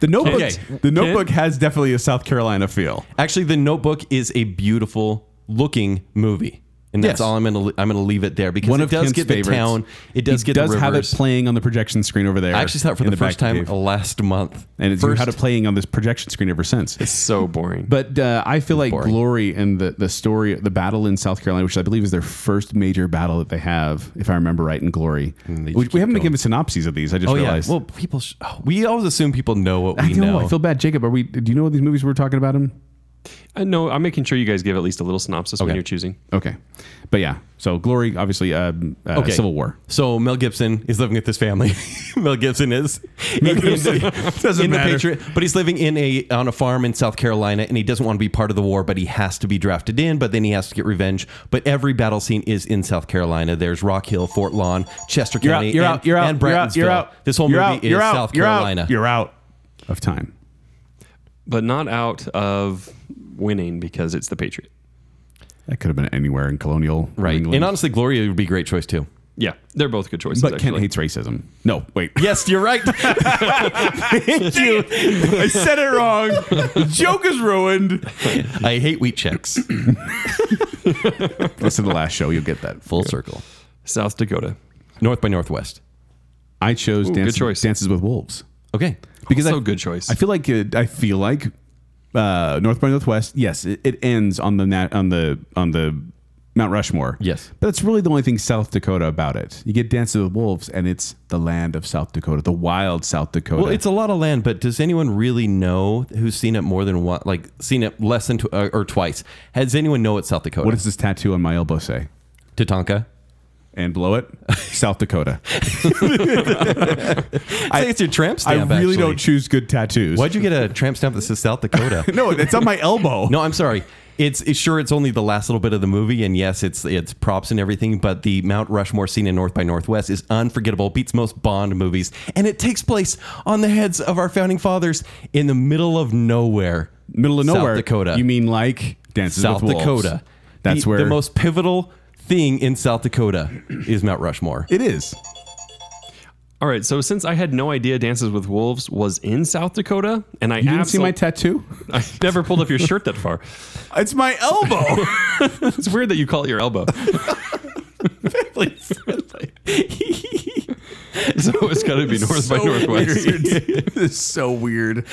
The Notebook. Okay. The Notebook has definitely a South Carolina feel. Actually, The Notebook is a beautiful looking movie, and that's Yes. all I'm gonna I'm gonna leave it there because One it of does Kent's get the favorites. town, it does He get does the have it rivers. playing on the projection screen over there. I actually saw it for in the, first time Batcave. last month, and it's, you first, had it playing on this projection screen ever since. It's so boring. But uh, I feel like boring. Glory and the, the story, the battle in South Carolina, which I believe is their first major battle that they have, if I remember right, in Glory. Mm, they We, just we keep haven't been going. given synopses of these. I just Oh yeah, realized. well people, sh- oh, we always assume people know what we I know. know. I feel bad, Jacob. Are we? Do you know what these movies we're talking about? Him? Uh, no, I'm making sure you guys give at least a little synopsis when Okay. you're choosing. Okay, but yeah. So glory, obviously, um, uh, Okay. Civil War. So Mel Gibson is living with his family. Mel Gibson is Mel Gibson Doesn't in matter. the Patriot, but he's living in a on a farm in South Carolina, and he doesn't want to be part of the war, but he has to be drafted in. But then he has to get revenge. But every battle scene is in South Carolina. There's Rock Hill, Fort Lawn, Chester You're County, out. You're and, out. You're out. and you're out. Brattonsville. You're out. This whole you're movie out, is you're out, South you're out, Carolina. You're out of time. But not out of winning because it's the Patriot. That could have been anywhere in colonial right, England. and honestly, Gloria would be a great choice too. Yeah, they're both good choices. but Kent actually. hates racism. No, wait. Yes, you're right. I said it wrong. The joke is ruined. I hate wheat checks. Listen to the last show. You'll get that. Full circle. South Dakota. North by Northwest. I chose Dances- choice. Dances with Wolves. Okay. because Also I, good choice. I feel like it, I feel like uh, North by Northwest. Yes, it, it ends on the nat, on the on the Mount Rushmore. Yes. but that's really the only thing South Dakota about it. You get Dances with Wolves, and it's the land of South Dakota, the wild South Dakota. Well, it's a lot of land, but does anyone really know who's seen it more than one, like seen it less than tw- uh, or twice? Has anyone know it's South Dakota? what does this tattoo on my elbow say? Tatanka? And blow it, South Dakota. I think it's your tramp I stamp. really actually. don't choose good tattoos. Why'd you get a tramp stamp that says South Dakota? No, it's on my elbow. No, I'm sorry. It's, it's sure it's only the last little bit of the movie, and yes, it's it's props and everything. But the Mount Rushmore scene in North by Northwest is unforgettable. Beats most Bond movies, and it takes place on the heads of our founding fathers in the middle of nowhere, middle of South nowhere, Dakota. You mean like Dances South with Wolves? Dakota? That's the, where the most pivotal thing in South Dakota is Mount Rushmore. it is. All right, so since I had no idea Dances with Wolves was in South Dakota, and I You didn't see absol- my tattoo? I never pulled up your shirt that far. It's my elbow. It's weird that you call it your elbow. so it's got to be north by northwest. this is so weird.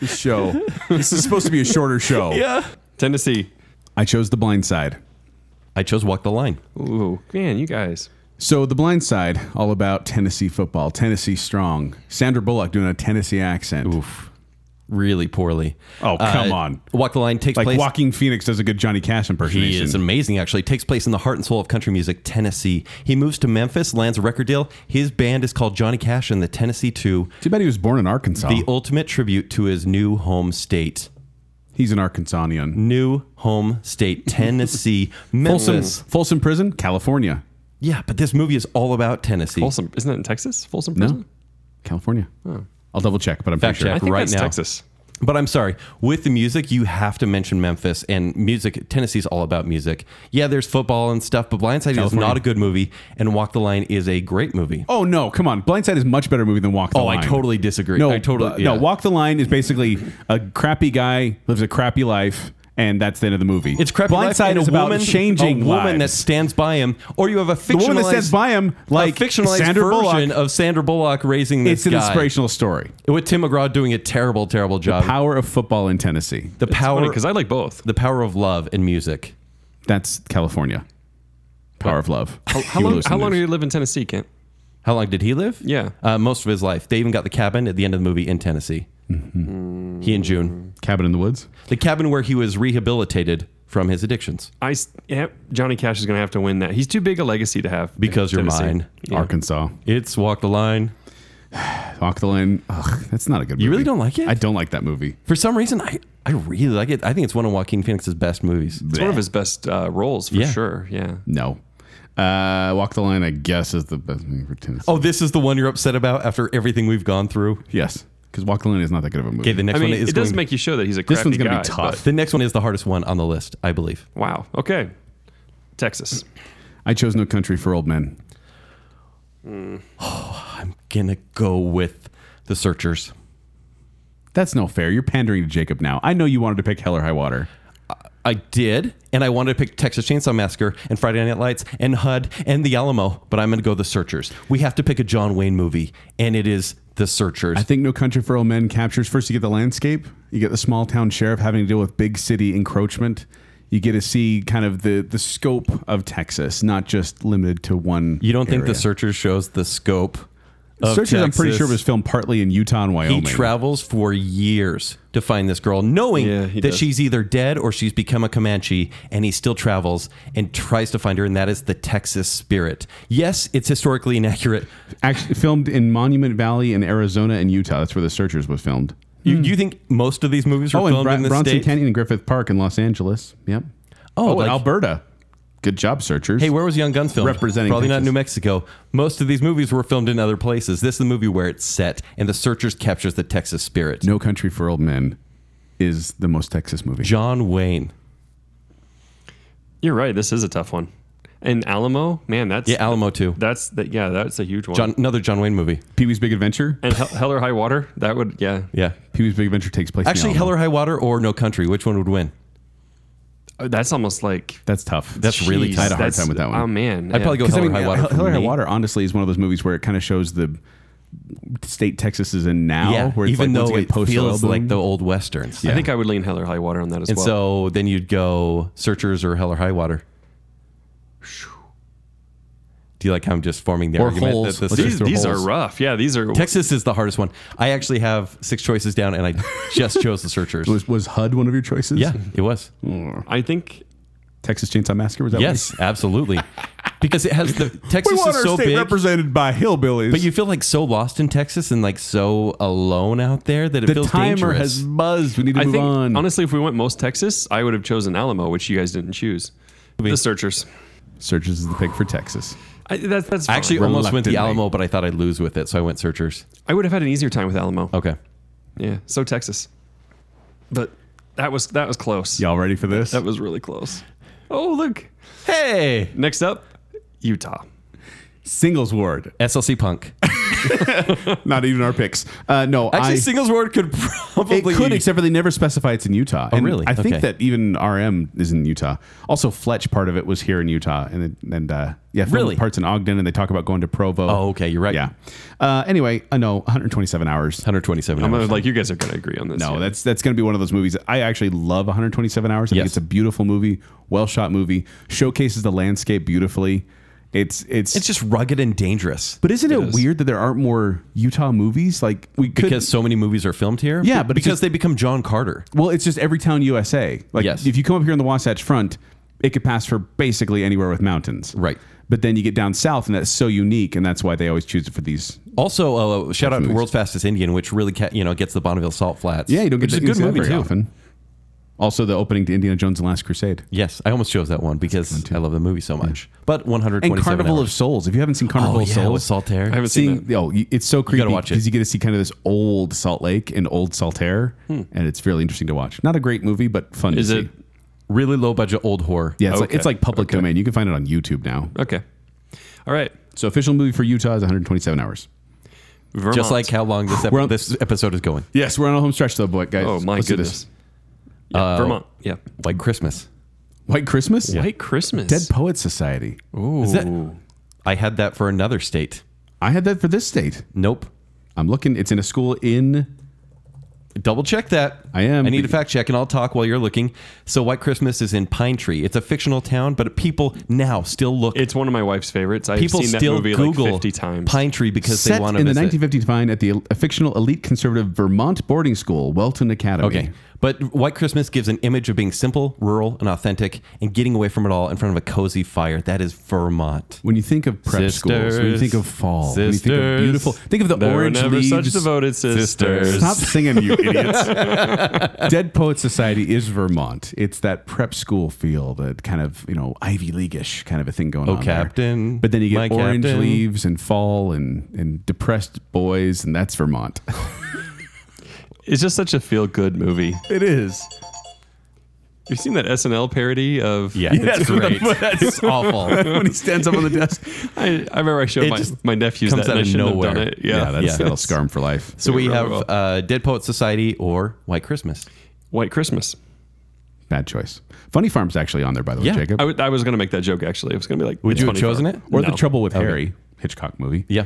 This show. This is supposed to be a shorter show. Yeah. Tennessee. I chose The Blind Side. I chose Walk the Line. Ooh, man, you guys. So The Blind Side, all about Tennessee football, Tennessee strong. Sandra Bullock doing a Tennessee accent. Oof, really poorly. Uh, Oh, come on. Walk the Line takes Like place. Walking Phoenix does a good Johnny Cash impersonation. He is amazing, actually. Takes place in the heart and soul of country music, Tennessee. He moves to Memphis, lands a record deal. His band is called Johnny Cash and the Tennessee Two, Too bad he was born in Arkansas. the ultimate tribute to his new home state. He's an Arkansanian. New home state, Tennessee, Memphis. Folsom Prison, California. Yeah, but this movie is all about Tennessee. Folsom. Isn't that in Texas? Folsom Prison? No, California. I'll double check, but I'm Fact pretty I check. sure. think Right that's now. Texas. But I'm sorry, with the music, you have to mention Memphis and music. Tennessee's all about music. Yeah, there's football and stuff, but Blindside is California. not a good movie, and Walk the Line is a great movie. Oh no, come on. Blind Side is a much better movie than Walk the Oh, I Line. totally disagree. No, I totally- uh, yeah. no. Walk the line is basically a crappy guy lives a crappy life, and that's the end of the movie. It's crappy. Blind life Side and is a about woman, changing a woman that lives. stands by him, or you have a the fictionalized woman that stands by him, like a fictionalized Sandra version Bullock. of Sandra Bullock raising this it's an guy inspirational story. with Tim McGraw doing a terrible, terrible job. Power of football in Tennessee. The power, Because I like both. the power of love and music. That's California. Power of love. How, Oh, how long, how long do you live in Tennessee, Kent? How long did he live? Yeah. uh, most of his life. They even got the cabin at the end of the movie in Tennessee. Mm-hmm. He and June, Cabin in the Woods? the cabin where he was rehabilitated from his addictions. I, s- yeah, Johnny Cash is going to have to win that. He's too big a legacy to have. Because you're Tennessee. mine. Yeah. Arkansas. It's Walk the Line. Walk the line. Ugh, that's not a good movie. You really don't like it? I don't like that movie. For some reason, I I really like it. I think it's one of Joaquin Phoenix's best movies. It's one of his best uh, roles for Yeah. sure. Yeah. No. Uh, Walk the line, I guess, is the best movie for Tennessee. Oh, this is the one you're upset about after everything we've gone through. Yes, because Walk the Line is not that good of a movie. Okay, the next I mean, one is it does going- make you show that he's a crappy this one's going gonna to be tough. the next one is the hardest one on the list, I believe. Wow. Okay. Texas. I chose No Country for Old Men. Gonna go with the Searchers. That's no fair. You're pandering to Jacob now. I know you wanted to pick Hell or High Water. I did, and I wanted to pick Texas Chainsaw Massacre and Friday Night Lights and HUD and The Alamo, but I'm gonna go the Searchers. We have to pick a John Wayne movie, and it is the Searchers. I think No Country for Old Men captures first you get the landscape, you get the small town sheriff having to deal with big city encroachment. You get to see kind of the the scope of Texas, not just limited to one. you don't think area. the Searchers shows the scope of Searches, I'm pretty Texas. sure, was filmed partly in Utah and He Wyoming. travels for years to find this girl, knowing Yeah, he that does. she's either dead or she's become a Comanche, and he still travels and tries to find her, and that is the Texas spirit. Yes, it's historically inaccurate. Actually, filmed in Monument Valley in Arizona and Utah. That's where The Searchers was filmed. You, you think most of these movies were Hmm. Oh, and filmed Bra- in this Bronson state? Canyon and Griffith Park in Los Angeles. Yep. Oh, Oh, and like- Alberta. Good job, Searchers. Hey, where was Young Guns filmed? Representing Probably not Texas. New Mexico. Most of these movies were filmed in other places. This is the movie where it's set, and The Searchers captures the Texas spirit. No Country for Old Men is the most Texas movie. John Wayne. You're right. This is a tough one. And Alamo, man, that's Yeah, Alamo too. That's that. Yeah, that's a huge one. John, another John Wayne movie. Pee Wee's Big Adventure. and Hell, Hell or High Water, that would yeah. Yeah. Pee Wee's Big Adventure takes place. in Actually, Alamo. Hell or High Water or No Country. Which one would win? That's almost like That's tough. That's really jeez, tough. I had a hard that's- time with that one. Oh man, I'd probably go Hell I or mean, High Water. Hell- for Hell or High me. Water honestly is one of those movies where it kind of shows the state Texas is in now. Yeah, where it's even like, once though again, it post-oil feels like boom. the old westerns. I think I would lean Hell or High Water on that as And well. so then you'd go Searchers or Hell or High Water. Do you like how I'm just forming the Or argument Holes. that this Let's is- these Mr. these are Holes. rough. Yeah, these are Texas is the hardest one. I actually have six choices down, and I just chose the Searchers. was was HUD one of your choices? yeah, it was. I think Texas Chainsaw Massacre was that? Yes, absolutely. Because it has the Texas is so big. represented by hillbillies. But you feel like so lost in Texas and like so alone out there that it the feels timer dangerous. has buzzed. We need to I move think on. honestly, if we went most Texas, I would have chosen Alamo, which you guys didn't choose. The Searchers. Searches is the pick for Texas. I, that's that's I fine. actually almost went the Reluctantly. Alamo, but I thought I'd lose with it, so I went Searchers. I would have had an easier time with Alamo. Okay. Yeah, so Texas, but that was that was close. Y'all ready for this? that was really close. Oh look, Hey, next up, Utah. Singles ward. SLC Punk. Not even our picks. Uh, no, Actually, I, singles word could it probably could, except for they never specify it's in Utah. Oh, really? I think Okay. that even RM is in Utah. Also, Fletch part of it was here in Utah, and then- and uh, yeah, filmed Really? parts in Ogden, and they talk about going to Provo. Oh, okay, you're right. Yeah. Uh, anyway, uh, no, 127 hours. 127 I'm hours. gonna, like you guys are gonna agree on this. No, yeah. that's that's going to be one of those movies. I actually love 127 Hours. I Yes. think it's a beautiful movie, well shot movie, showcases the landscape beautifully. It's it's, it's just rugged and dangerous. but isn't it, is. weird that there aren't more Utah movies? Like we could because so many movies are filmed here. Yeah, but it's because just- they become John Carter. well, it's just every town USA. Like Yes. if you come up here on the Wasatch Front, it could pass for basically anywhere with mountains. Right. But then you get down south, and that's so unique, and that's why they always choose it for these. Also, uh, shout out to movies. World's Fastest Indian, which really ca- you know gets the Bonneville Salt Flats. Yeah, you don't which get is to a good see that movie very too. often. Also, the opening to Indiana Jones and the Last Crusade. Yes, I almost chose that one because I love the movie so much. But 127 And Carnival hours. of Souls. If you haven't seen Carnival oh, of yeah, Souls, with Saltaire. I haven't seen that. seeing oh you- it's so creepy watch it. because you get to see kind of this old Salt Lake and old Salt Air, and it's really interesting to watch. Not a great movie, but fun. Hmm. Is to it see. really low budget old horror. Yeah, it's, like, Okay. it's like public domain. You can find it on YouTube now. okay? All right, So official movie for Utah is 127 hours. Vermont. just like how long this, ep- We're on- this episode is going. Yes, we're on a home stretch though, boy, guys. oh my Let's do Uh, goodness, Yeah, Vermont. Yeah, Like Christmas. White Christmas, White Christmas. Dead Poets Society. Is that- I had that for another state. I had that for this state. Nope. I'm looking. It's in a school in Double check that. I am. I need a fact check, and I'll talk while you're looking. So, White Christmas is in Pine Tree. It's a fictional town, but people now still look. It's one of my wife's favorites. I've people seen that still movie Google like 50 times. Pine Tree because set they want to in the visit. 1959 at the el- a fictional elite conservative Vermont boarding school, Welton Academy. Okay. But White Christmas gives an image of being simple, rural, and authentic, and getting away from it all in front of a cozy fire. That is Vermont. When you think of prep schools, when you Sisters. think of fall, when you think of Sisters. beautiful, think of the there were orange never leaves. such devoted sisters. Stop singing, you idiots! Dead Poets Society is Vermont. It's that prep school feel, that kind of you know Ivy Leagueish kind of a thing going Oh, on. there. Captain, But then you get my orange Captain. leaves and fall and and depressed boys, and that's Vermont. It's just such a feel good movie. it is. You've seen that SNL parody of Yeah, it's great. it's awful. when he stands up on the desk, I, I remember I showed It my, just my nephews comes that out and I of shouldn't have done nowhere. it. yeah, Yeah, that's, yeah. that'll scar him for life. So we You're have wrong. uh, Dead Poet Society or White Christmas. White Christmas. Bad choice. Funny Farm's actually on there, by the way, Yeah. Jacob. I, would, I was gonna make that joke actually. I was gonna be like, Would it's you have funny chosen for- it? or No. the Trouble with Harry Hitchcock movie. Yeah.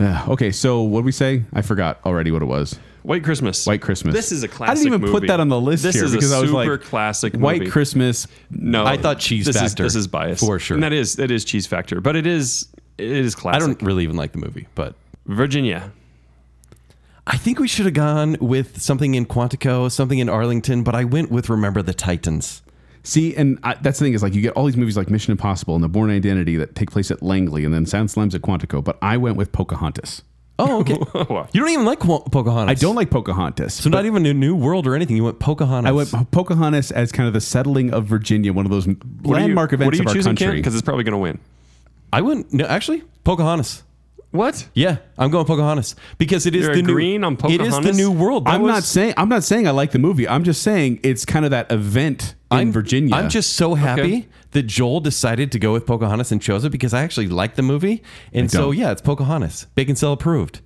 Ah, okay, so what did we say? I forgot already what it was. White Christmas. White Christmas. This is a classic. I didn't even movie. put that on the list This here is because a I was super like classic. White movie. Christmas. No, I thought Cheese this Factor, Is, this is biased for sure. And that is that is cheese factor, but it is it is I classic. don't really even like the movie, but Virginia. I think we should have gone with something in Quantico, something in Arlington, but I went with Remember the Titans. See, and I, that's the thing is like you get all these movies like Mission Impossible and The Born Identity that take place at Langley and then Sound Slams at Quantico, but I went with Pocahontas. Oh, okay. you don't even like Qu- Pocahontas. I don't like Pocahontas. So not even a new world or anything. You went Pocahontas. I went Pocahontas as kind of the settling of Virginia, one of those What are you- landmark What events are you of our choosing, country. Because it's probably going to win. I went. No, actually, Pocahontas. What? Yeah, I'm going Pocahontas because it is You're the agreeing new. on It is the Pocahontas? new world. That I'm was- not saying I'm not saying I like the movie. I'm just saying it's kind of that event in I'm- Virginia. I'm just so happy Okay. that Joel decided to go with Pocahontas and chose it because I actually like the movie. And so don't. yeah, it's Pocahontas. Bacon cell approved.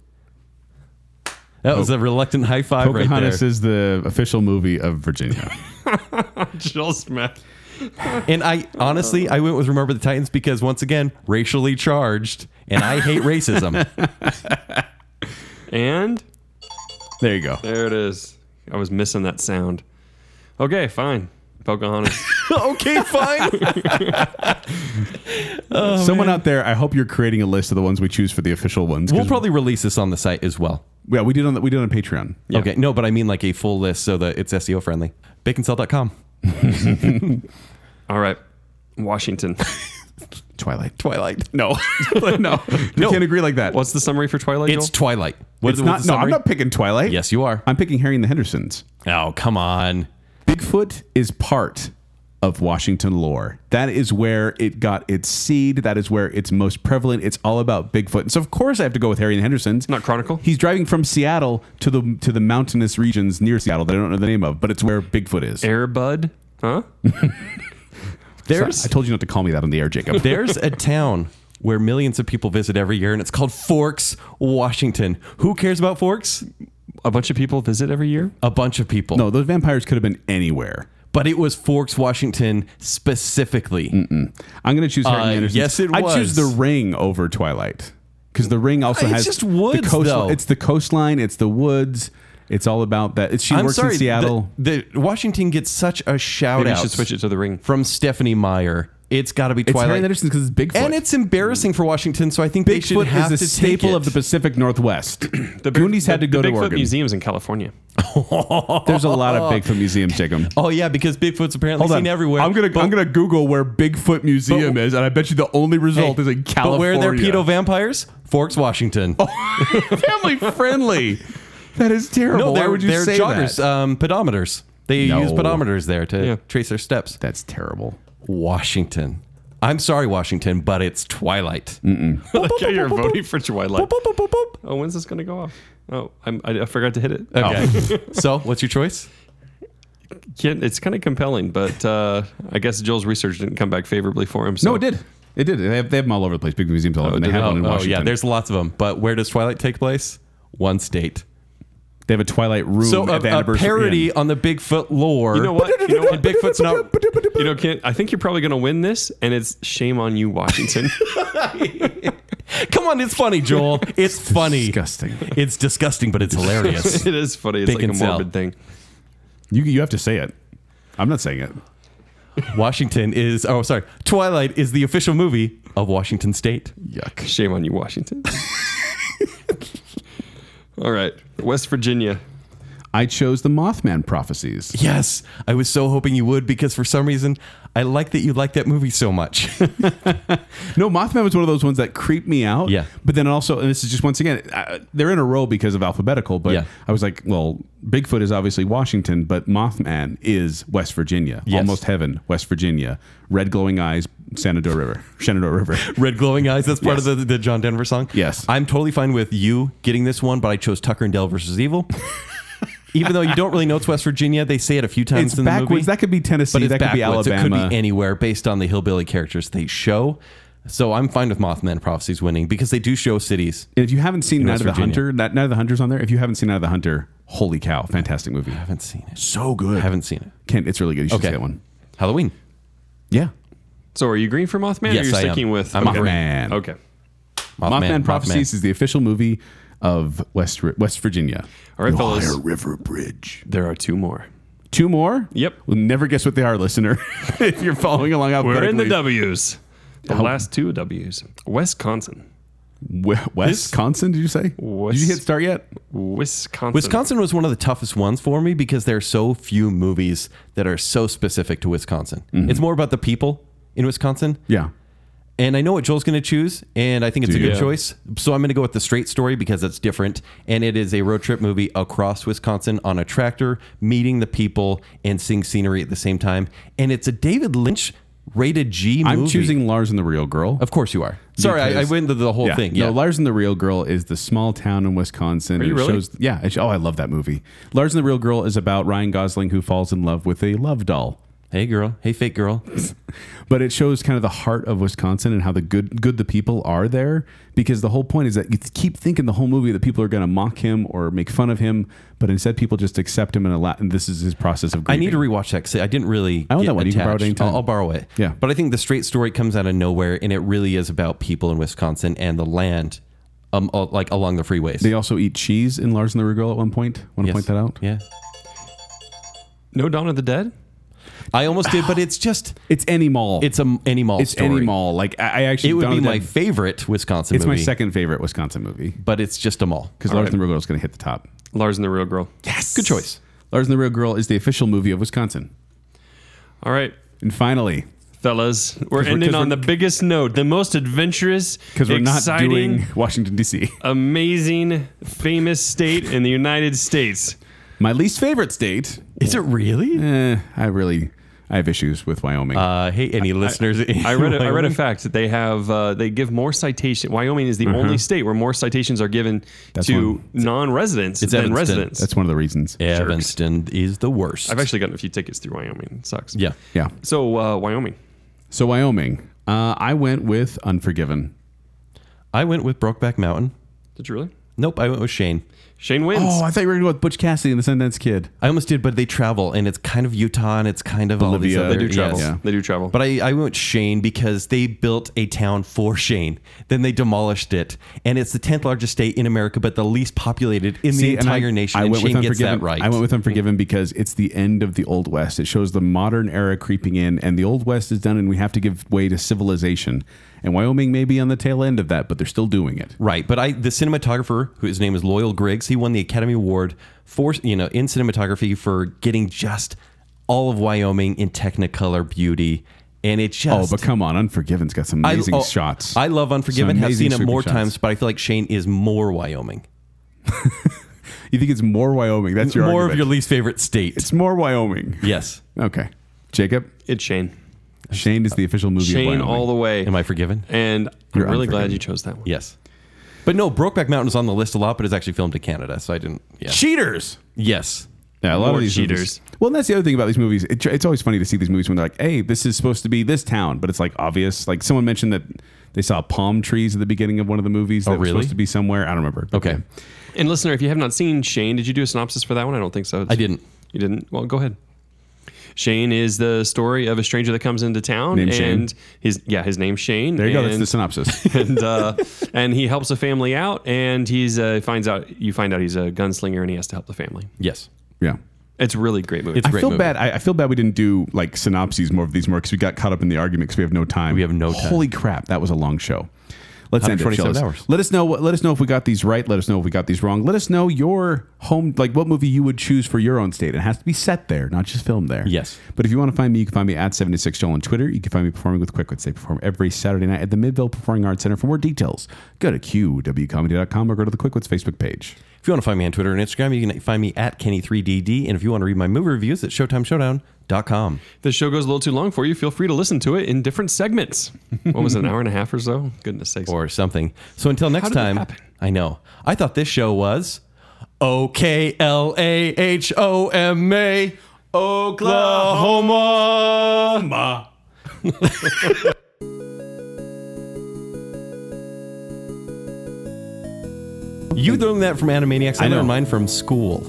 That was a reluctant high five right Oh. Pocahontas there. is the official movie of Virginia. Joel Smith. and I honestly, I went with Remember the Titans because once again, racially charged, and I hate racism. And there you go. there it is. I was missing that sound. Okay, fine. Pocahontas. okay, fine. Oh, Someone out there, I hope you're creating a list of the ones we choose for the official ones. 'cause- We'll probably release this on the site as well. yeah, we did on the, we did on Patreon. Okay, no, but I mean like a full list so that it's SEO friendly. Baconcell.com. All right. Washington. Oh, Twilight. Twilight. No, no, you can't agree like that. What's the summary for Twilight? It's Joel? Twilight. What- it's what's the not. No, I'm summary? not picking Twilight. Yes, you are. I'm picking Harry and the Hendersons. Oh, come on. Bigfoot is part of Washington lore. That is where it got its seed. That is where it's most prevalent. It's all about Bigfoot. And so, of course, I have to go with Harry and Henderson's. Not Chronicle? He's driving from Seattle to the to the mountainous regions near Seattle that I don't know the name of, but it's where Bigfoot is. Airbud. Huh? I told you not to call me that on the air, Jacob. There's a town where millions of people visit every year, and it's called Forks, Washington. Who cares about Forks? A bunch of people visit every year. A bunch of people. no, those vampires could have been anywhere. But it was Forks, Washington specifically. I'm going to choose Harry and Uh, the Hendersons. yes, it I was. choose The Ring over Twilight because The Ring also It's has just woods, the coast- though. It's the coastline. It's the woods. It's all about that. It's, she I'm works sorry. in the- Seattle. The, Washington gets such a shout Maybe you out should switch it to the ring. from Stephanie Meyer. It's got to be It's Harry Twilight. and the Hendersons because it's Bigfoot. and it's embarrassing for Washington, so I think they should Bigfoot have is the to staple take of the it. Pacific Northwest. the Goonies had to go to the Bigfoot Oregon. Museum's in California. There's a lot of Bigfoot museums, Jacob. Oh yeah, because Bigfoot's apparently seen everywhere. I'm gonna I'm gonna Google where Bigfoot Museum is, and I bet you the only result is in But where California. Oh, are there pedo vampires? Forks, Washington. family friendly? That is terrible. No, Why they're, would you they're say joggers, that? Um, pedometers. They No. use pedometers there to Yeah. trace their steps. That's terrible. Washington. I'm sorry, Washington, but it's Twilight. yeah, you're voting for Twilight. Oh, when's this gonna go off? Oh, I'm, I, I forgot to hit it. Oh. Oh. Okay. so, what's your choice? Can't- it's kind of compelling, but uh, I guess Joel's research didn't come back favorably for him. So. No, it did. It did. They have, they have them all over the place. Big museums all over. and they did have they? one in oh, Washington. yeah, there's lots of them. But where does Twilight take place? One state. they have a Twilight room. So, a, at the a anniversary parody Inn. on the Bigfoot lore. You know what? You know what? And Bigfoot's not. You know, Kent, I think you're probably gonna win this, and it's shame on you, Washington. Come on, it's funny, Joel. It's funny. Disgusting. It's disgusting, but it's hilarious. it is funny. It's They like a can sell. morbid thing. You you have to say it. I'm not saying it. Washington is. Oh, sorry. Twilight is the official movie of Washington State. Yuck. Shame on you, Washington. All right, West Virginia. I chose the Mothman prophecies. Yes, I was so hoping you would because for some reason I like that you like that movie so much. No, Mothman was one of those ones that creeped me out. Yeah. But then also, and this is just once again, uh, they're in a row because of alphabetical. But Yeah. I was like, well, Bigfoot is obviously Washington, but Mothman is West Virginia, Yes. almost heaven, West Virginia, red glowing eyes, Shenandoah River, Shenandoah River. Red glowing eyes, that's part of the, the John Denver song. Yes. I'm totally fine with you getting this one, but I chose Tucker and Dale versus Evil. Even though you don't really know it's West Virginia, they say it a few times It's in the movie. backwards. That could be Tennessee. but it's that could be backwards. Alabama. It could be anywhere based on the hillbilly characters they show. So I'm fine with Mothman Prophecies winning because they do show cities. and if you haven't seen Night West of the Virginia. Hunter, Night Night of the Hunter's on there. If you haven't seen Night of the Hunter, holy cow, fantastic movie. I haven't seen it. So good. I haven't seen it. Kent, it's really good. You should Okay. see that one. Halloween. Yeah. So, are you green for Mothman? Yes, or you're I am. sticking with I'm okay. green. Man. Okay. Mothman, Mothman. Prophecies is the official movie of West West Virginia. All right, fellas. River Bridge. There are two more. Two more? Yep. We'll never guess what they are, listener. if you're following along We're in alphabetically. the W's. The last two W's. Wisconsin. Wes- Wisconsin, did you say? Wes- Did you hit start yet? Wisconsin. Wisconsin was one of the toughest ones for me because there are so few movies that are so specific to Wisconsin. Mm-hmm. It's more about the people in Wisconsin. Yeah. And I know what Joel's going to choose, and I think it's a Do you? good Yeah. choice. So I'm going to go with the straight story because it's different. And it is a road trip movie across Wisconsin on a tractor, meeting the people and seeing scenery at the same time. And it's a David Lynch rated G movie. I'm choosing Lars and the Real Girl. Of course you are. Sorry, I, I Because- went into the whole thing. Yeah. No, Lars and the Real Girl is the small town in Wisconsin. you it really? shows Yeah, it sh- oh, I love that movie. Lars and the Real Girl is about Ryan Gosling who falls in love with a love doll. hey, girl. Hey, fake girl. But it shows kind of the heart of Wisconsin and how the good good the people are there because the whole point is that you th- keep thinking the whole movie that people are going to mock him or make fun of him, but instead people just accept him and allow and this is his process of I grieving. need to rewatch that because I didn't really. I own get that one. You can borrow it attached. anytime. I'll, I'll borrow it. Yeah. But I think the straight story comes out of nowhere, and it really is about people in Wisconsin and the land, um, uh, like along the freeways. They also eat cheese in Lars and the Real Girl at one point. Want Yes. to point that out? Yeah. No Dawn of the Dead? I almost did, but it's just It's any mall. it's a m- any mall. it's story. any mall. Like I, I actually It would Dawn be of the my Dead- favorite Wisconsin It's movie. my second favorite Wisconsin movie but it's just a mall. because Lars and the Real Girl is going to hit the top. Lars and the Real Girl. Yes, Good choice. Lars and the Real Girl is the official movie of Wisconsin. All right, And finally, fellas, we're we're- ending 'cause on the we're- biggest note, the most adventurous, because we're not exciting, doing Washington D.C., Uh, amazing, famous state in the United States. my least favorite state. Is it really? Eh, I really, I have issues with Wyoming. Uh, hey, any listeners? I read a, I read a fact that they have uh, they give more citation. Wyoming is the only state where more citations are given That's to one. non-residents than Evanston. residents. That's one of the reasons. Evanston is the worst. I've actually gotten a few tickets through Wyoming. It sucks. yeah. Yeah. So uh, Wyoming. So Wyoming, uh, I went with Unforgiven. I went with Brokeback Mountain. Did you really? Nope, I went with Shane. Shane wins. Oh, I thought you were going to go with Butch Cassidy and the Sundance Kid. I almost did, but they travel, and it's kind of Utah, and it's kind of Bolivia. All They these other, do travel. yes. They do travel. But I, I went with Shane because they built a town for Shane. Then they demolished it, and it's the tenth largest state in America, but the least populated in the and entire nation. and Shane gets that right. I went with Unforgiven because it's the end of the Old West. It shows the modern era creeping in, and the Old West is done, and we have to give way to civilization. And Wyoming may be on the tail end of that, but they're still doing it. Right, but I the cinematographer, who his name is Loyal Griggs, he won the Academy Award for you know in cinematography for getting just all of Wyoming in Technicolor beauty, and it Oh, just but come on, Unforgiven's got some amazing oh, shots. I love Unforgiven. Some Have amazing seen it more swooping shots. times, but I feel like Shane is more Wyoming, you think it's more Wyoming? That's your more of argument. your least favorite state. It's more Wyoming. yes, Okay, Jacob. it's Shane. Shane is the official movie. of Shane Wyoming. all the way. am I forgiven? And You're I'm really unforgiven. glad you chose that one. Yes, but no, Brokeback Mountain is on the list a lot, but it's actually filmed in Canada, so I didn't. Yeah. cheaters. Yes, Yeah, a lot More of these cheaters. movies- Well, and that's the other thing about these movies. It, it's always funny to see these movies when they're like, "Hey, this is supposed to be this town," but it's like obvious. Like someone mentioned that they saw palm trees at the beginning of one of the movies that were really? supposed to be somewhere. I don't remember. Okay. And listener, if you have not seen Shane, did you do a synopsis for that one? I don't think so. I didn't. You didn't? Well, go ahead. Shane is the story of a stranger that comes into town Named Shane. and his yeah, his name's Shane. There you go. That's and- the synopsis. and uh, and he helps a family out, and he's uh, finds out you find out he's a gunslinger, and he has to help the family. yes. yeah. It's a really great movie. It's I great feel movie. bad. I, I feel bad we didn't do like synopses more of these more because we got caught up in the argument because we have no time. We have no time. Holy crap, that was a long show. Let's end it. 127 fellas. hours. Let us know. what- Let us know if we got these right. Let us know if we got these wrong. Let us know your home, like what movie you would choose for your own state. It has to be set there, not just filmed there. Yes. But if you want to find me, you can find me at 76 Joel on Twitter. You can find me performing with Quickwits. They perform every Saturday night at the Midvale Performing Arts Center. For more details, go to qwcomedy.com or go to the Quickwits Facebook page. If you want to find me on Twitter and Instagram, you can find me at Kenny3DD. And if you want to read my movie reviews, it's ShowtimeShowdown.com. the show goes a little too long for you. Feel free to listen to it in different segments. What was it, an hour and a half or so? Goodness sakes. or something. So until next did that time, happen? I know. I thought this show was O K L A H O M A Oklahoma. You learned that from Animaniacs. I, I know. learned mine from school.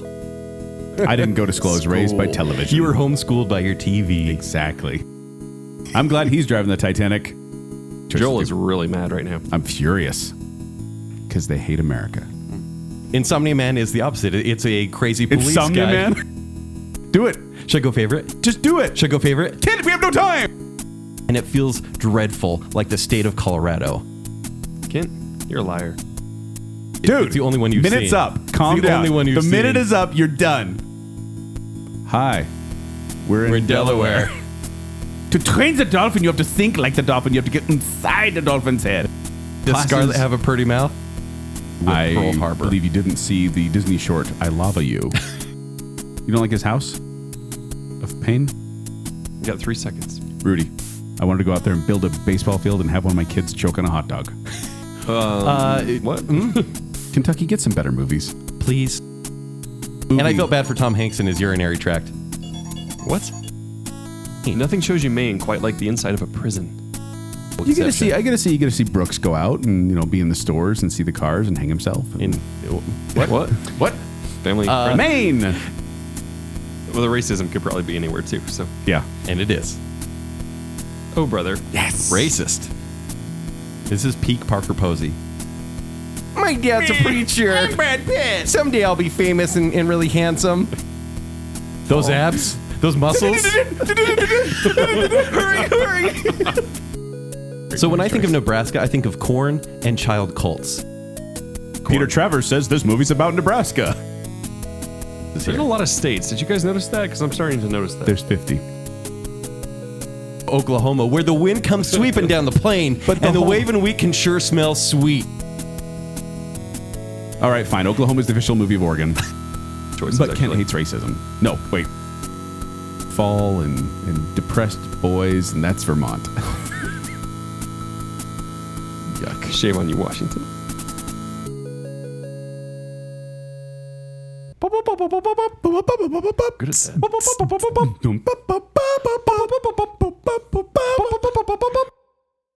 I didn't go to school. I was raised by School. television. You were homeschooled by your TV. Exactly. I'm glad he's driving the Titanic. Joel is really mad right now. I'm furious because they hate America. Insomnia Man is the opposite. It's a crazy police guy. man. Do it. Should I go favorite? Just do it. Should I go favorite? Kid, we have no time. and it feels dreadful, like the state of Colorado. Kent, You're a liar. Dude, it's the only one you've Minutes seen. up. It's Calm the down. only one you've the minute seen. is up. You're done. Hi. We're in, We're in Delaware. To train the dolphin, you have to think like the dolphin. You have to get inside the dolphin's head. Does Classes- Scarlet have a pretty mouth? I Pearl Harbor. believe you didn't see the Disney short "I Lava You." you don't like his house of pain, You got three seconds. Rudy. I wanted to go out there and build a baseball field and have one of my kids choke on a hot dog. Uh, Um, What? Kentucky, get some better movies. Please. And I felt bad for Tom Hanks in his urinary tract. What? Nothing shows you Maine quite like the inside of a prison. You gotta Exception. see. I gotta see. You gotta see Brooks go out and you know be in the stores and see the cars and hang himself. in What? what? Uh, what? Family. friend- Maine. well, the racism could probably be anywhere too. So, Yeah. and it is oh brother. Yes. racist. This is peak Parker Posey. My dad's a preacher. I'm Brad Pitt. Someday I'll be famous and, and really handsome. Those abs, those muscles. hurry, hurry. so when I think of Nebraska, I think of corn and child cults. Peter Travers says this movie's about Nebraska. There's a lot of states. Did you guys notice that? Because I'm starting to notice that. There's 50. Oklahoma, where the wind comes sweeping down the plain, But the and the whole- waving wheat can sure smell sweet. All right, fine. Oklahoma's the official movie of Oregon. choices. but Kent actually. hates racism. No, wait. Fall and, and depressed boys, and that's Vermont. Yuck. Shame on you, Washington. Good at that.